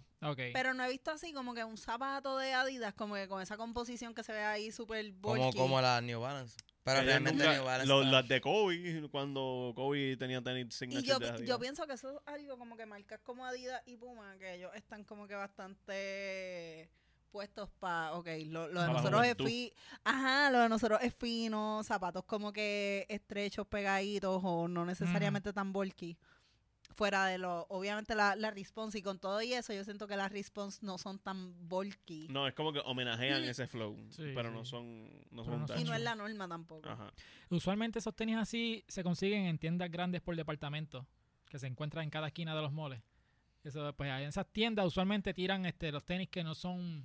Speaker 3: Esa.
Speaker 1: Ok.
Speaker 2: Pero no he visto así como que un zapato de Adidas, como que con esa composición que se ve ahí súper
Speaker 4: Como,
Speaker 2: bulky.
Speaker 4: como la New Balance. Pero
Speaker 3: Ella
Speaker 4: realmente
Speaker 3: nunca-
Speaker 4: New Balance.
Speaker 3: lo-
Speaker 4: está-
Speaker 3: las de Kobe, cuando Kobe tenía tenis
Speaker 2: Y
Speaker 3: signature
Speaker 2: yo,
Speaker 3: de
Speaker 2: pi-
Speaker 3: Adidas.
Speaker 2: yo pienso que eso es algo como que marcas como Adidas y Puma, que ellos están como que bastante puestos para, ok, lo, lo de
Speaker 3: Pa' la
Speaker 2: nosotros es
Speaker 3: juventud.
Speaker 2: fino, ajá, lo de nosotros es fino, zapatos como que estrechos, pegaditos o no necesariamente tan bulky. Fuera de lo, obviamente la, la response y con todo y eso, yo siento que las response no son tan bulky.
Speaker 3: No, es como que homenajean
Speaker 2: Mm.
Speaker 3: ese flow,
Speaker 1: Sí,
Speaker 3: pero
Speaker 1: sí.
Speaker 3: no son,
Speaker 1: Pero
Speaker 3: no son
Speaker 1: no
Speaker 2: y
Speaker 3: Dachu.
Speaker 2: no es la norma tampoco.
Speaker 3: Ajá.
Speaker 1: Usualmente esos tenis así se consiguen en tiendas grandes por departamento, que se encuentran en cada esquina de los moles. Eso, pues ahí en esas tiendas usualmente tiran este, los tenis que no son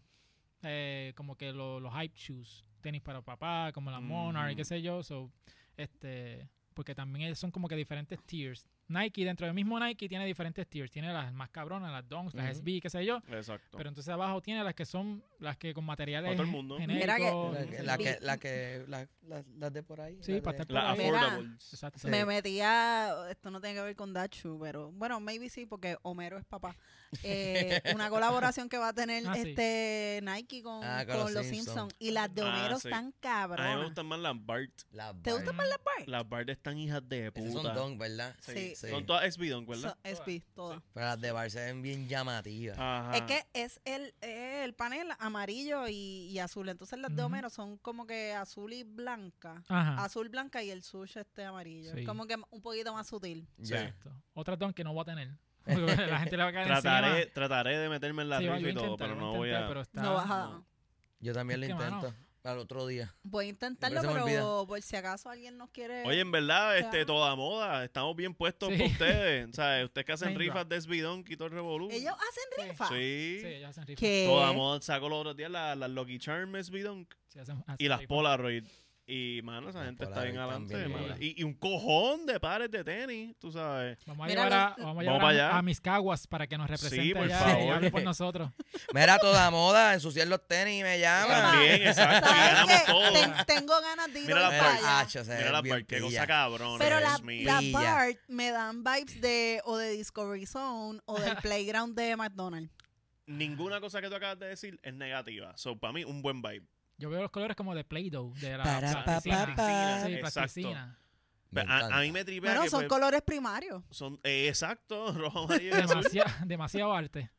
Speaker 1: eh, como que lo- los hype shoes, tenis para papá, como la Monarch,
Speaker 3: Mm.
Speaker 1: qué sé yo. so, este, porque también ellos son como que diferentes tiers. Nike, dentro del mismo Nike, tiene diferentes tiers. Tiene las más cabronas, las Dunks, las
Speaker 4: Ujú.
Speaker 1: SB, qué sé yo.
Speaker 3: Exacto.
Speaker 1: Pero entonces abajo tiene las que son las que con materiales
Speaker 3: Para todo el mundo.
Speaker 2: Mira que-
Speaker 1: genéricos,
Speaker 4: La
Speaker 1: qué
Speaker 4: que,
Speaker 1: sé
Speaker 4: la
Speaker 1: yo.
Speaker 4: que, la que, la- la- las de por ahí.
Speaker 1: Sí,
Speaker 4: las
Speaker 1: para
Speaker 4: de-
Speaker 1: estar-
Speaker 3: las
Speaker 2: Mira.
Speaker 3: affordables.
Speaker 1: Exacto.
Speaker 4: Sí.
Speaker 2: Me metía, esto no tiene que ver con Dachu, pero bueno, maybe sí, porque Homero es papá. Eh, una colaboración que va a tener
Speaker 1: Ah, sí.
Speaker 2: este Nike con,
Speaker 4: Ah,
Speaker 2: con los Simpsons. Y las de
Speaker 3: Ah,
Speaker 2: Homero
Speaker 3: sí.
Speaker 2: están
Speaker 3: A mí me
Speaker 2: cabronas.
Speaker 3: gustan más las Bart.
Speaker 4: Las
Speaker 2: ¿Te gusta
Speaker 4: Barbie.
Speaker 2: más la Bart?
Speaker 3: Las Bart están hijas de
Speaker 4: Esas son
Speaker 3: puta.
Speaker 4: Dunk, ¿verdad?
Speaker 2: Sí.
Speaker 4: Sí.
Speaker 3: Son todas SB Dunk, ¿verdad?
Speaker 2: So- SB, todas.
Speaker 4: Pero las de Bar se ven bien llamativas.
Speaker 3: Ajá.
Speaker 2: Es que es el, eh, el panel amarillo y, y azul. Entonces las de
Speaker 1: Ujú.
Speaker 2: Homero son como que azul y blanca.
Speaker 1: Ajá.
Speaker 2: Azul, blanca y el suyo este amarillo.
Speaker 1: Sí.
Speaker 2: Es como que un poquito más sutil.
Speaker 4: Ya.
Speaker 1: Exacto. Otra don que no voy a tener. [LAUGHS] la gente le va a caer
Speaker 3: trataré,
Speaker 1: encima.
Speaker 3: trataré de meterme en la
Speaker 1: Sí, yo
Speaker 3: rifa
Speaker 1: voy
Speaker 3: y
Speaker 1: a
Speaker 3: todo,
Speaker 1: intentar,
Speaker 3: pero
Speaker 1: voy a
Speaker 3: no voy
Speaker 1: intentar,
Speaker 3: a.
Speaker 1: pero está-
Speaker 2: No baja.
Speaker 3: no.
Speaker 4: Yo también lo
Speaker 1: Es que, mano.
Speaker 4: intento. Al otro día.
Speaker 2: Voy a intentarlo,
Speaker 4: se me
Speaker 2: pero
Speaker 4: olvida.
Speaker 2: por si acaso alguien nos quiere...
Speaker 3: Oye, en verdad,
Speaker 2: Claro.
Speaker 3: este, toda moda, estamos bien puestos
Speaker 1: Sí.
Speaker 3: por ustedes. O sea, ustedes que hacen
Speaker 1: Name
Speaker 3: rifas de SB Dunk y todo el revolú.
Speaker 2: Ellos ah. Eh, hacen
Speaker 1: Sí.
Speaker 2: rifa.
Speaker 3: Sí.
Speaker 1: Sí, ellos hacen rifas.
Speaker 2: ¿Qué?
Speaker 3: Toda moda sacó los otros días las las Lucky Charm SB Dunk
Speaker 1: Sí, hacen- hacen
Speaker 3: y las
Speaker 1: rifas.
Speaker 3: Polaroid. Y, mano, esa
Speaker 4: Las
Speaker 3: gente está bien
Speaker 4: Polaroid
Speaker 3: adelante.
Speaker 4: también,
Speaker 3: mano.
Speaker 4: mira.
Speaker 3: Y, y un cojón de pares de tenis, tú sabes.
Speaker 1: Vamos a
Speaker 2: Mira,
Speaker 1: llevar a,
Speaker 2: los-
Speaker 1: vamos a,
Speaker 3: Vamos
Speaker 1: llevar
Speaker 3: para
Speaker 1: a-
Speaker 3: allá.
Speaker 1: a mis caguas para que nos represente
Speaker 3: por
Speaker 1: allá y
Speaker 3: favor.
Speaker 1: hable por nosotros.
Speaker 4: Mera toda moda, ensuciar los tenis y me llaman.
Speaker 2: Llama.
Speaker 3: También,
Speaker 4: [LAUGHS]
Speaker 3: exacto. Y
Speaker 2: ¿Sabes
Speaker 3: ganamos
Speaker 2: qué?
Speaker 3: todo.
Speaker 2: Ten- tengo ganas de ir
Speaker 3: Mira
Speaker 2: hoy
Speaker 3: la
Speaker 2: para
Speaker 3: parte.
Speaker 2: allá.
Speaker 4: Hacho, se
Speaker 3: Mira
Speaker 4: ven
Speaker 3: la
Speaker 4: bien
Speaker 3: Bart, qué cosa
Speaker 4: pillas.
Speaker 3: cabrona.
Speaker 2: Pero
Speaker 3: Dios
Speaker 2: la,
Speaker 3: mío.
Speaker 2: la
Speaker 4: Pilla.
Speaker 2: BART me dan vibes de o de Discovery Zone o del playground de McDonald's.
Speaker 3: Ninguna cosa que tú acabas de decir es negativa. So, para mí, un buen vibe.
Speaker 1: Yo veo los colores como de Play-Doh, de la
Speaker 4: Para,
Speaker 1: la
Speaker 4: pa,
Speaker 1: piscina.
Speaker 4: pa, pa.
Speaker 1: Sí,
Speaker 3: Exacto. [LAUGHS]
Speaker 1: plasticina.
Speaker 4: Me
Speaker 3: Pero a,
Speaker 4: encanta.
Speaker 3: a mí me tripea
Speaker 2: Bueno,
Speaker 3: que,
Speaker 2: son
Speaker 3: pues,
Speaker 2: colores primarios.
Speaker 3: son- eh, exacto, [LAUGHS] rojo,
Speaker 4: [LAUGHS]
Speaker 3: amarillo y azul.
Speaker 4: eh,
Speaker 1: Demasiado, demasiado arte.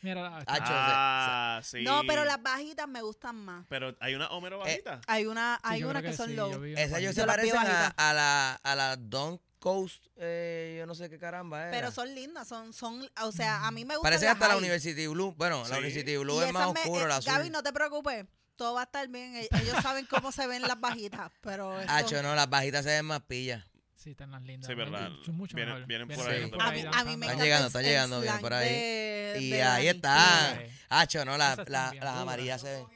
Speaker 1: Mira,
Speaker 4: Ah,
Speaker 3: Ah, sí.
Speaker 2: No, pero las bajitas me gustan más.
Speaker 3: Pero hay una
Speaker 4: Eh,
Speaker 3: Homero bajita.
Speaker 2: Hay una,
Speaker 1: sí,
Speaker 2: hay
Speaker 1: yo
Speaker 2: una
Speaker 1: creo
Speaker 2: que, son
Speaker 1: sí,
Speaker 2: low.
Speaker 1: yo vi una
Speaker 4: Esas yo
Speaker 1: parte.
Speaker 4: se
Speaker 2: Yo las vi
Speaker 4: parecen a,
Speaker 2: bajitas.
Speaker 4: a la, a la Don Coast, eh, yo no sé qué caramba era.
Speaker 2: Pero son lindas, son, son, o sea, a mí me gustan
Speaker 4: Parecen
Speaker 2: las
Speaker 4: hasta la
Speaker 2: high.
Speaker 4: University Blue. Bueno, la
Speaker 3: Sí.
Speaker 4: University
Speaker 2: Y
Speaker 4: Blue es
Speaker 2: esas
Speaker 4: más
Speaker 2: me-
Speaker 4: oscuro,
Speaker 2: eh,
Speaker 4: la azul.
Speaker 2: Gaby, no te preocupes, todo va a estar bien. e- Ellos saben cómo se ven las bajitas, pero esto-
Speaker 4: Hacho, no, las bajitas se ven más pillas.
Speaker 1: Sí, están las lindas.
Speaker 3: Sí, verdad.
Speaker 1: Mucho, mucho
Speaker 3: Vienen-
Speaker 1: mejor.
Speaker 3: vienen por
Speaker 4: ahí, por
Speaker 2: a mí,
Speaker 4: ahí
Speaker 2: a mí me
Speaker 1: danzando.
Speaker 2: encanta
Speaker 4: Están llegando,
Speaker 2: el-
Speaker 4: están
Speaker 2: el
Speaker 4: llegando, vienen
Speaker 2: slang
Speaker 4: por ahí.
Speaker 2: de-
Speaker 4: Y
Speaker 2: de
Speaker 4: ahí
Speaker 2: Dani.
Speaker 4: está.
Speaker 1: Sí.
Speaker 4: Hacho, no, la-
Speaker 1: Esas están
Speaker 4: la-
Speaker 1: bien
Speaker 4: las
Speaker 1: duras.
Speaker 4: amarillas se ven.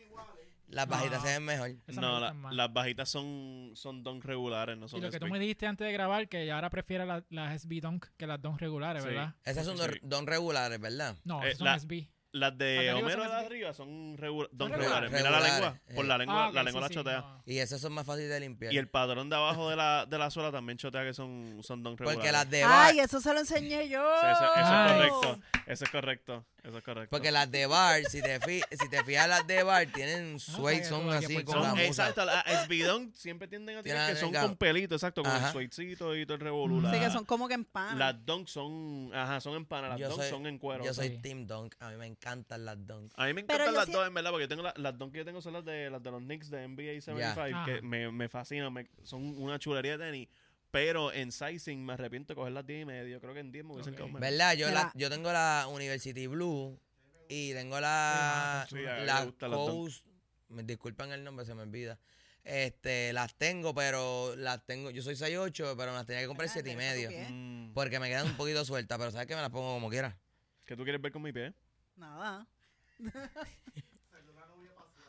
Speaker 4: Las bajitas
Speaker 1: No.
Speaker 4: se ven mejor.
Speaker 1: Esas me
Speaker 3: No, la-
Speaker 1: gustan más.
Speaker 3: las bajitas son, son don regulares, no
Speaker 1: Y
Speaker 3: son
Speaker 1: lo que tú
Speaker 3: speak.
Speaker 1: me dijiste antes de grabar, que ahora prefiero la- las SB Dunk que las Dunk regulares,
Speaker 3: Sí.
Speaker 1: ¿verdad?
Speaker 4: Esas son
Speaker 3: Sí, sí.
Speaker 4: don, don regulares, ¿verdad?
Speaker 1: No,
Speaker 3: Eh,
Speaker 1: esas son
Speaker 3: la-
Speaker 1: SB.
Speaker 3: Las
Speaker 1: Las de
Speaker 3: de
Speaker 1: arriba
Speaker 3: Homero
Speaker 1: son
Speaker 3: de
Speaker 1: así.
Speaker 3: arriba son, regu- don
Speaker 1: Son
Speaker 3: regulares.
Speaker 4: regulares.
Speaker 3: Mira la lengua.
Speaker 4: Regulares,
Speaker 3: Por
Speaker 4: eh.
Speaker 3: la lengua,
Speaker 1: Ah, ok,
Speaker 3: la, lengua
Speaker 1: sí,
Speaker 3: la
Speaker 1: sí,
Speaker 3: chotea.
Speaker 1: no.
Speaker 4: Y esas son más fáciles de limpiar.
Speaker 3: Y el patrón de abajo de la, de la suela también chotea que son, son don regulares.
Speaker 4: porque las de bar,
Speaker 2: Ay, eso se lo enseñé yo.
Speaker 3: Sí, eso, eso
Speaker 1: Ay.
Speaker 3: es correcto. Eso es correcto. Eso es correcto.
Speaker 4: porque las de bar, si te, fi- si te fijas las de bar, tienen suede,
Speaker 1: sabía
Speaker 4: son
Speaker 1: tú de qué
Speaker 4: así
Speaker 1: Puerto
Speaker 4: con la
Speaker 3: son,
Speaker 1: Rico.
Speaker 4: musa.
Speaker 3: exacto, las esbidón siempre tienden a
Speaker 4: Tiene
Speaker 3: tener que
Speaker 4: la
Speaker 3: son
Speaker 4: nalga-
Speaker 3: con pelito, exacto, con
Speaker 4: Ajá.
Speaker 3: el suitcito y todo el revolú.
Speaker 2: Sí,
Speaker 3: La-
Speaker 4: Ah.
Speaker 2: que son como que en pan.
Speaker 3: Las donks son, ajá, son en pana, las
Speaker 4: Yo
Speaker 3: donks
Speaker 4: soy-
Speaker 3: son en cuero.
Speaker 4: Yo soy
Speaker 1: Sí.
Speaker 4: Team Dunk, a mí me encantan las Dunk.
Speaker 3: A mí me
Speaker 2: Pero
Speaker 3: encantan
Speaker 2: yo
Speaker 3: las
Speaker 2: sí-
Speaker 3: dos, en verdad, porque yo tengo la- las donks que yo tengo son las de, las de los Knicks de NBA 75,
Speaker 1: Ya.
Speaker 3: que
Speaker 1: Ajá.
Speaker 3: me, me fascinan, me- son una chulería de tenis. Pero en sizing me arrepiento de coger las 10 y medio. Creo que en 10 me hubiesen
Speaker 1: Ok.
Speaker 3: quedado mejor.
Speaker 4: ¿Verdad? Yo,
Speaker 2: Mira.
Speaker 4: la, yo tengo la University Blue y tengo la,
Speaker 1: Ah, sí, a
Speaker 3: mí me
Speaker 4: la
Speaker 3: gustan las Dunk.
Speaker 4: Coast. Me disculpan el nombre, se me olvida. Este, las tengo, pero las tengo. Yo soy 6'8, pero me las tenía que comprar
Speaker 2: Mira,
Speaker 4: 7 y
Speaker 2: interesa tu
Speaker 4: medio.
Speaker 2: pie.
Speaker 3: Mm,
Speaker 4: Porque me quedan un poquito sueltas, pero sabes que me las pongo como quiera.
Speaker 3: ¿Qué tú quieres ver con mi pie?
Speaker 2: Nada.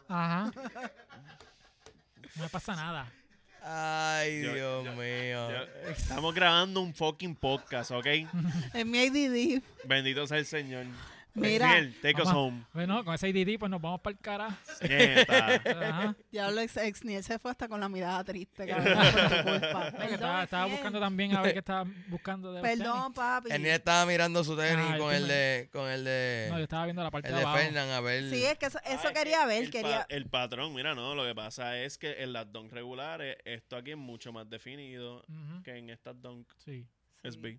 Speaker 1: Ajá. No me pasa nada.
Speaker 4: Ay,
Speaker 3: Yo-
Speaker 4: Dios
Speaker 3: yo-
Speaker 2: Ah.
Speaker 4: mío.
Speaker 3: Ya- eh, Estamos grabando un fucking podcast,
Speaker 1: [LAUGHS]
Speaker 3: ¿ok?
Speaker 2: Es mi IDD.
Speaker 3: Bendito sea el Señor.
Speaker 2: Mira.
Speaker 3: Daniel, take us
Speaker 1: Vamos.
Speaker 3: home.
Speaker 1: Bueno, con ese IDD pues nos vamos para el carajo.
Speaker 3: Nieta. [LAUGHS]
Speaker 1: Ajá.
Speaker 2: Diablo, ex, ex Niel se fue hasta con la mirada triste, cabrón, por tu culpa.
Speaker 1: Ay, que
Speaker 2: Perdón,
Speaker 1: estaba, estaba
Speaker 2: Exniel.
Speaker 1: buscando también a ver qué estaba buscando de los tenis.
Speaker 2: Perdón, papi.
Speaker 4: El niño estaba mirando su tenis
Speaker 1: Ay,
Speaker 4: con
Speaker 1: tú
Speaker 4: el
Speaker 1: me-
Speaker 4: de. Con el
Speaker 3: Eh,
Speaker 4: de.
Speaker 1: No, yo estaba viendo la parte
Speaker 4: el
Speaker 1: de
Speaker 4: de
Speaker 1: abajo.
Speaker 4: Fernan, a ver.
Speaker 2: Sí, es que eso, [LAUGHS] eso
Speaker 3: Ah, es
Speaker 2: quería
Speaker 3: que
Speaker 2: ver,
Speaker 3: el
Speaker 2: quería...
Speaker 3: pa- el patrón, mira, no, lo que pasa es que en las donk regulares, esto aquí es mucho más definido
Speaker 1: Ujú.
Speaker 3: que en estas donk
Speaker 1: Mm. Sí,
Speaker 3: SB.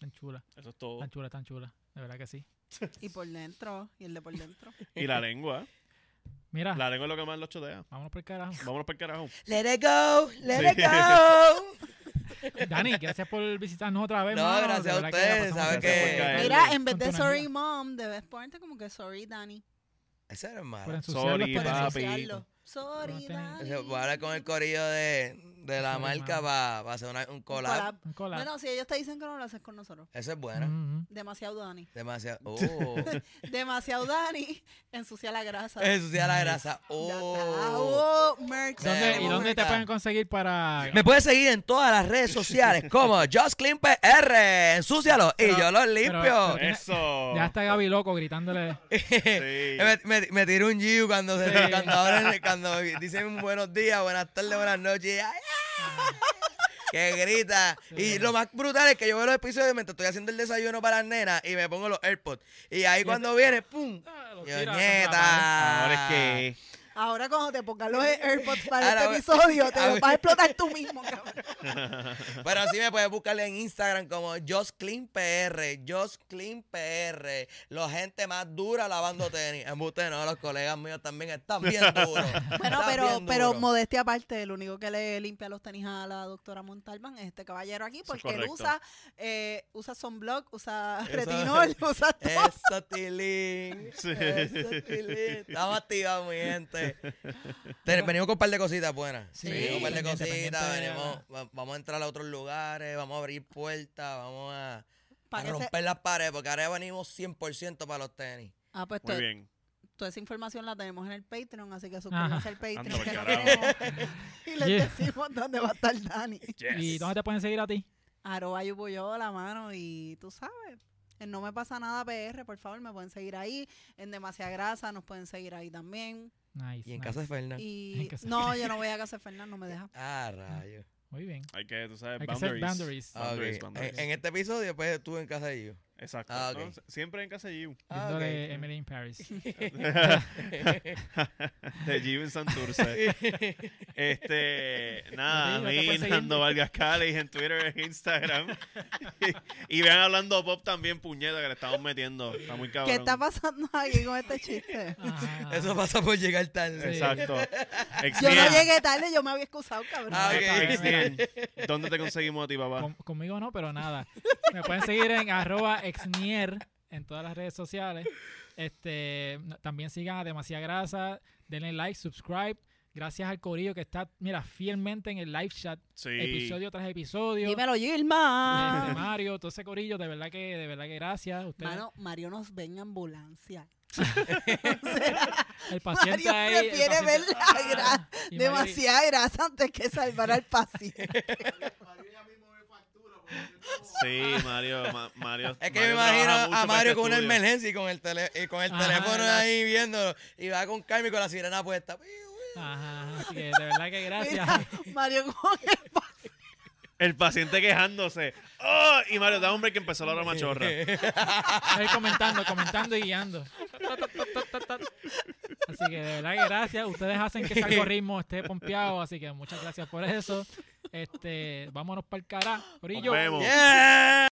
Speaker 1: tan chula,
Speaker 3: Eso es todo.
Speaker 1: tan chula, tan chula. De verdad que sí.
Speaker 2: Y por dentro, y el de por dentro.
Speaker 3: Y la lengua.
Speaker 1: Mira,
Speaker 3: La lengua es lo que más lo chotea.
Speaker 1: vámonos por el carajo.
Speaker 3: Vámonos para el carajo.
Speaker 4: Let it go, let
Speaker 3: Sí.
Speaker 4: it go.
Speaker 1: Dani, gracias por visitarnos otra vez.
Speaker 4: No,
Speaker 1: mano. De
Speaker 4: gracias a
Speaker 1: verdad que la
Speaker 4: ustedes,
Speaker 1: pasamos
Speaker 4: ¿sabe
Speaker 1: súper
Speaker 3: qué?
Speaker 1: bien.
Speaker 2: Mira, en vez
Speaker 1: Con
Speaker 2: de
Speaker 1: tu energía.
Speaker 2: sorry mom, debes ponerte como que sorry Dani.
Speaker 4: [LAUGHS] Ese era
Speaker 1: Por
Speaker 4: malo.
Speaker 1: ensuciar los
Speaker 3: Sorry,
Speaker 1: tenis.
Speaker 2: Para
Speaker 3: papi.
Speaker 2: asociarlo. Sorry
Speaker 1: No te-
Speaker 2: Dani.
Speaker 4: Ese- Voy a hablar con el corillo de, de la
Speaker 1: Eso es
Speaker 4: marca
Speaker 1: malo.
Speaker 4: para hacer una- un
Speaker 2: Un
Speaker 4: collab.
Speaker 2: collab.
Speaker 1: Un collab.
Speaker 2: Bueno, si ellos te dicen que no lo haces con nosotros.
Speaker 4: Eso es bueno.
Speaker 1: Ujú.
Speaker 2: Demasiado Dani.
Speaker 1: [LAUGHS]
Speaker 4: Demasiado. Oh.
Speaker 2: Demasiado Dani. [LAUGHS] Ensucia la grasa.
Speaker 4: Ensucia la
Speaker 1: Nice.
Speaker 4: grasa.
Speaker 2: Ya está.
Speaker 4: Oh.
Speaker 2: Oh, merch.
Speaker 1: ¿Dónde- ¿Y
Speaker 4: Eh,
Speaker 1: dónde te
Speaker 4: bonita.
Speaker 1: pueden conseguir para...?
Speaker 4: Me puedes seguir en todas las redes sociales
Speaker 1: [LAUGHS]
Speaker 4: como Just Clean PR. Ensúcialo y
Speaker 1: Pero-
Speaker 4: yo los limpio.
Speaker 1: pero- Tiene-
Speaker 3: Eso.
Speaker 1: Ya está Gaby loco [LAUGHS] gritándole...
Speaker 3: Sí.
Speaker 4: [LAUGHS] me, me, me tiró un Giu cuando, se,
Speaker 1: Sí.
Speaker 4: cuando, abren- cuando dicen buenos días, buenas tardes, buenas noches. Ay, que grita.
Speaker 1: Sí.
Speaker 4: Y lo más brutal es que yo veo los episodios mientras estoy haciendo el desayuno para las nenas y me pongo los AirPods. Y ahí cuando viene, ¡pum!
Speaker 1: Ah, lo
Speaker 4: Yo,
Speaker 1: tira contra la pared.
Speaker 4: nieta.
Speaker 3: Ahora es que.
Speaker 2: Ahora cuando te pongas
Speaker 4: [LAUGHS]
Speaker 2: los AirPods para
Speaker 4: Ahora voy-
Speaker 2: este episodio, te
Speaker 4: a
Speaker 2: los
Speaker 4: ver.
Speaker 2: vas a explotar tú mismo,
Speaker 4: [LAUGHS]
Speaker 2: cabrón.
Speaker 4: Pero sí me puedes buscar en Instagram como Just Clean PR, Just Clean PR. La gente más dura lavando tenis. En usted no, los colegas míos también están bien duros.
Speaker 2: Bueno,
Speaker 4: están
Speaker 2: pero,
Speaker 4: bien
Speaker 2: pero
Speaker 4: duros.
Speaker 2: modestia aparte, lo único que le limpia los tenis a la doctora Montalbán es este caballero aquí,
Speaker 3: Eso es
Speaker 2: porque él
Speaker 3: correcto.
Speaker 2: usa, eh, usa sunblock, usa
Speaker 4: Eso-
Speaker 2: retinol, [LAUGHS] usa todo.
Speaker 4: Eso, Tilín.
Speaker 3: Sí.
Speaker 4: Eso, Tilín. Estamos activados, mi gente. Ten- venimos con un par de cositas buenas.
Speaker 1: Sí.
Speaker 4: Venimos con un par de
Speaker 1: Pendiente,
Speaker 4: cositas.
Speaker 1: pendiente.
Speaker 4: venimos- va- vamos a entrar a otros lugares. Vamos a abrir puertas. Vamos a,
Speaker 2: Pa'
Speaker 4: a
Speaker 2: que se-
Speaker 4: romper las paredes. Porque ahora venimos 100% para los tenis.
Speaker 2: Ah, pues
Speaker 3: Muy
Speaker 2: to-
Speaker 3: bien.
Speaker 2: toda esa información la tenemos en el Patreon, así que suscríbanse al Patreon.
Speaker 3: Anda,
Speaker 2: que lo
Speaker 3: carajo.
Speaker 2: tenemos. [LAUGHS] y les
Speaker 1: Yeah.
Speaker 2: decimos dónde va a estar Dani.
Speaker 3: Yes.
Speaker 1: ¿Y dónde te pueden seguir a ti?
Speaker 2: Arroba Yuboyola, mano, y tú sabes. En No Me Pasa Nada PR, por favor, me pueden seguir ahí. En Demasiada Grasa nos pueden seguir ahí también.
Speaker 1: Nice,
Speaker 4: Y en
Speaker 1: nice.
Speaker 4: casa de Fernando.
Speaker 2: Y
Speaker 1: que sí.
Speaker 2: no,
Speaker 1: [LAUGHS]
Speaker 2: yo no voy a casa de Fernando, me deja.
Speaker 4: Ah, rayos.
Speaker 1: Muy bien.
Speaker 3: Hay que, tú sabes,
Speaker 1: Hay que
Speaker 3: boundaries.
Speaker 1: hacer boundaries.
Speaker 4: Ah, ok.
Speaker 3: Boundaries,
Speaker 4: En-
Speaker 3: boundaries.
Speaker 4: En, este episodio, pues estuve en casa de ellos.
Speaker 3: Exacto.
Speaker 4: Ah, ok.
Speaker 3: No, s- siempre en casa de Giu. [LAUGHS]
Speaker 4: Ah,
Speaker 1: Viéndole
Speaker 4: ok.
Speaker 1: Emily in
Speaker 4: [LAUGHS]
Speaker 1: Paris.
Speaker 3: de Giu en Santurce. Este, nada, a
Speaker 1: No te
Speaker 3: mí,
Speaker 1: puedes seguir.
Speaker 3: Nando Vargas Cali en Twitter, en Instagram. [LAUGHS] y, vean hablando pop también, puñeta, que le estamos metiendo. Está muy cabrón.
Speaker 2: ¿Qué está pasando aquí con este
Speaker 3: [LAUGHS]
Speaker 2: chiste?
Speaker 1: Ajá.
Speaker 4: Eso pasa por llegar tarde.
Speaker 1: Sí.
Speaker 3: Exacto.
Speaker 2: Yo no
Speaker 3: Exnien,
Speaker 2: llegué tarde, yo me había excusado, cabrón.
Speaker 4: Ah, ok. [LAUGHS]
Speaker 3: Exnien, ¿dónde te conseguimos a ti, papá?
Speaker 1: Con- conmigo no, pero nada. Me pueden seguir en arroba exnier en todas las redes sociales. Este, no- también sigan a Demasiada Grasa, denle like, subscribe. Gracias al corillo que está, mira, fielmente en el live chat,
Speaker 3: Sí.
Speaker 1: episodio tras episodio.
Speaker 2: Dímelo, Gilma.
Speaker 1: Este, Mario, todo ese corillo, de verdad que, de verdad que gracias. Ustedes-
Speaker 2: Ah. Mano, Mario nos ve en ambulancia.
Speaker 1: el paciente
Speaker 2: Mario
Speaker 1: ahí, el
Speaker 2: prefiere
Speaker 1: paciente- ah,
Speaker 2: ver la gra-
Speaker 1: y Mario-
Speaker 2: Demasiada grasa antes que salvar al paciente.
Speaker 3: Sí, Mario. Ma- Mario
Speaker 4: Es que
Speaker 3: Mario
Speaker 4: me imagino
Speaker 3: trabaja mucho
Speaker 4: a
Speaker 3: para
Speaker 4: Mario
Speaker 3: este
Speaker 4: con una
Speaker 3: estudio.
Speaker 4: emergencia y con el, tele- y con el
Speaker 1: Ajá,
Speaker 4: teléfono
Speaker 1: era-
Speaker 4: ahí viéndolo. Y va con Carmen con la sirena puesta.
Speaker 1: Ajá, así que de verdad que gracias.
Speaker 2: Mira, [LAUGHS] Mario con el paciente.
Speaker 3: El paciente quejándose. ¡Oh! Y Mario, da hombre que empezó la hora
Speaker 4: [LAUGHS]
Speaker 3: machorra.
Speaker 1: [LAUGHS] Ahí comentando, comentando y guiando. Ta, ta, ta, ta, ta, ta. Así que de verdad que gracias. Ustedes hacen que ese algoritmo esté pompeado, así que muchas gracias por eso. Este, vámonos para el cará.
Speaker 3: Nos
Speaker 1: Corillo.
Speaker 3: vemos.
Speaker 4: Yeah.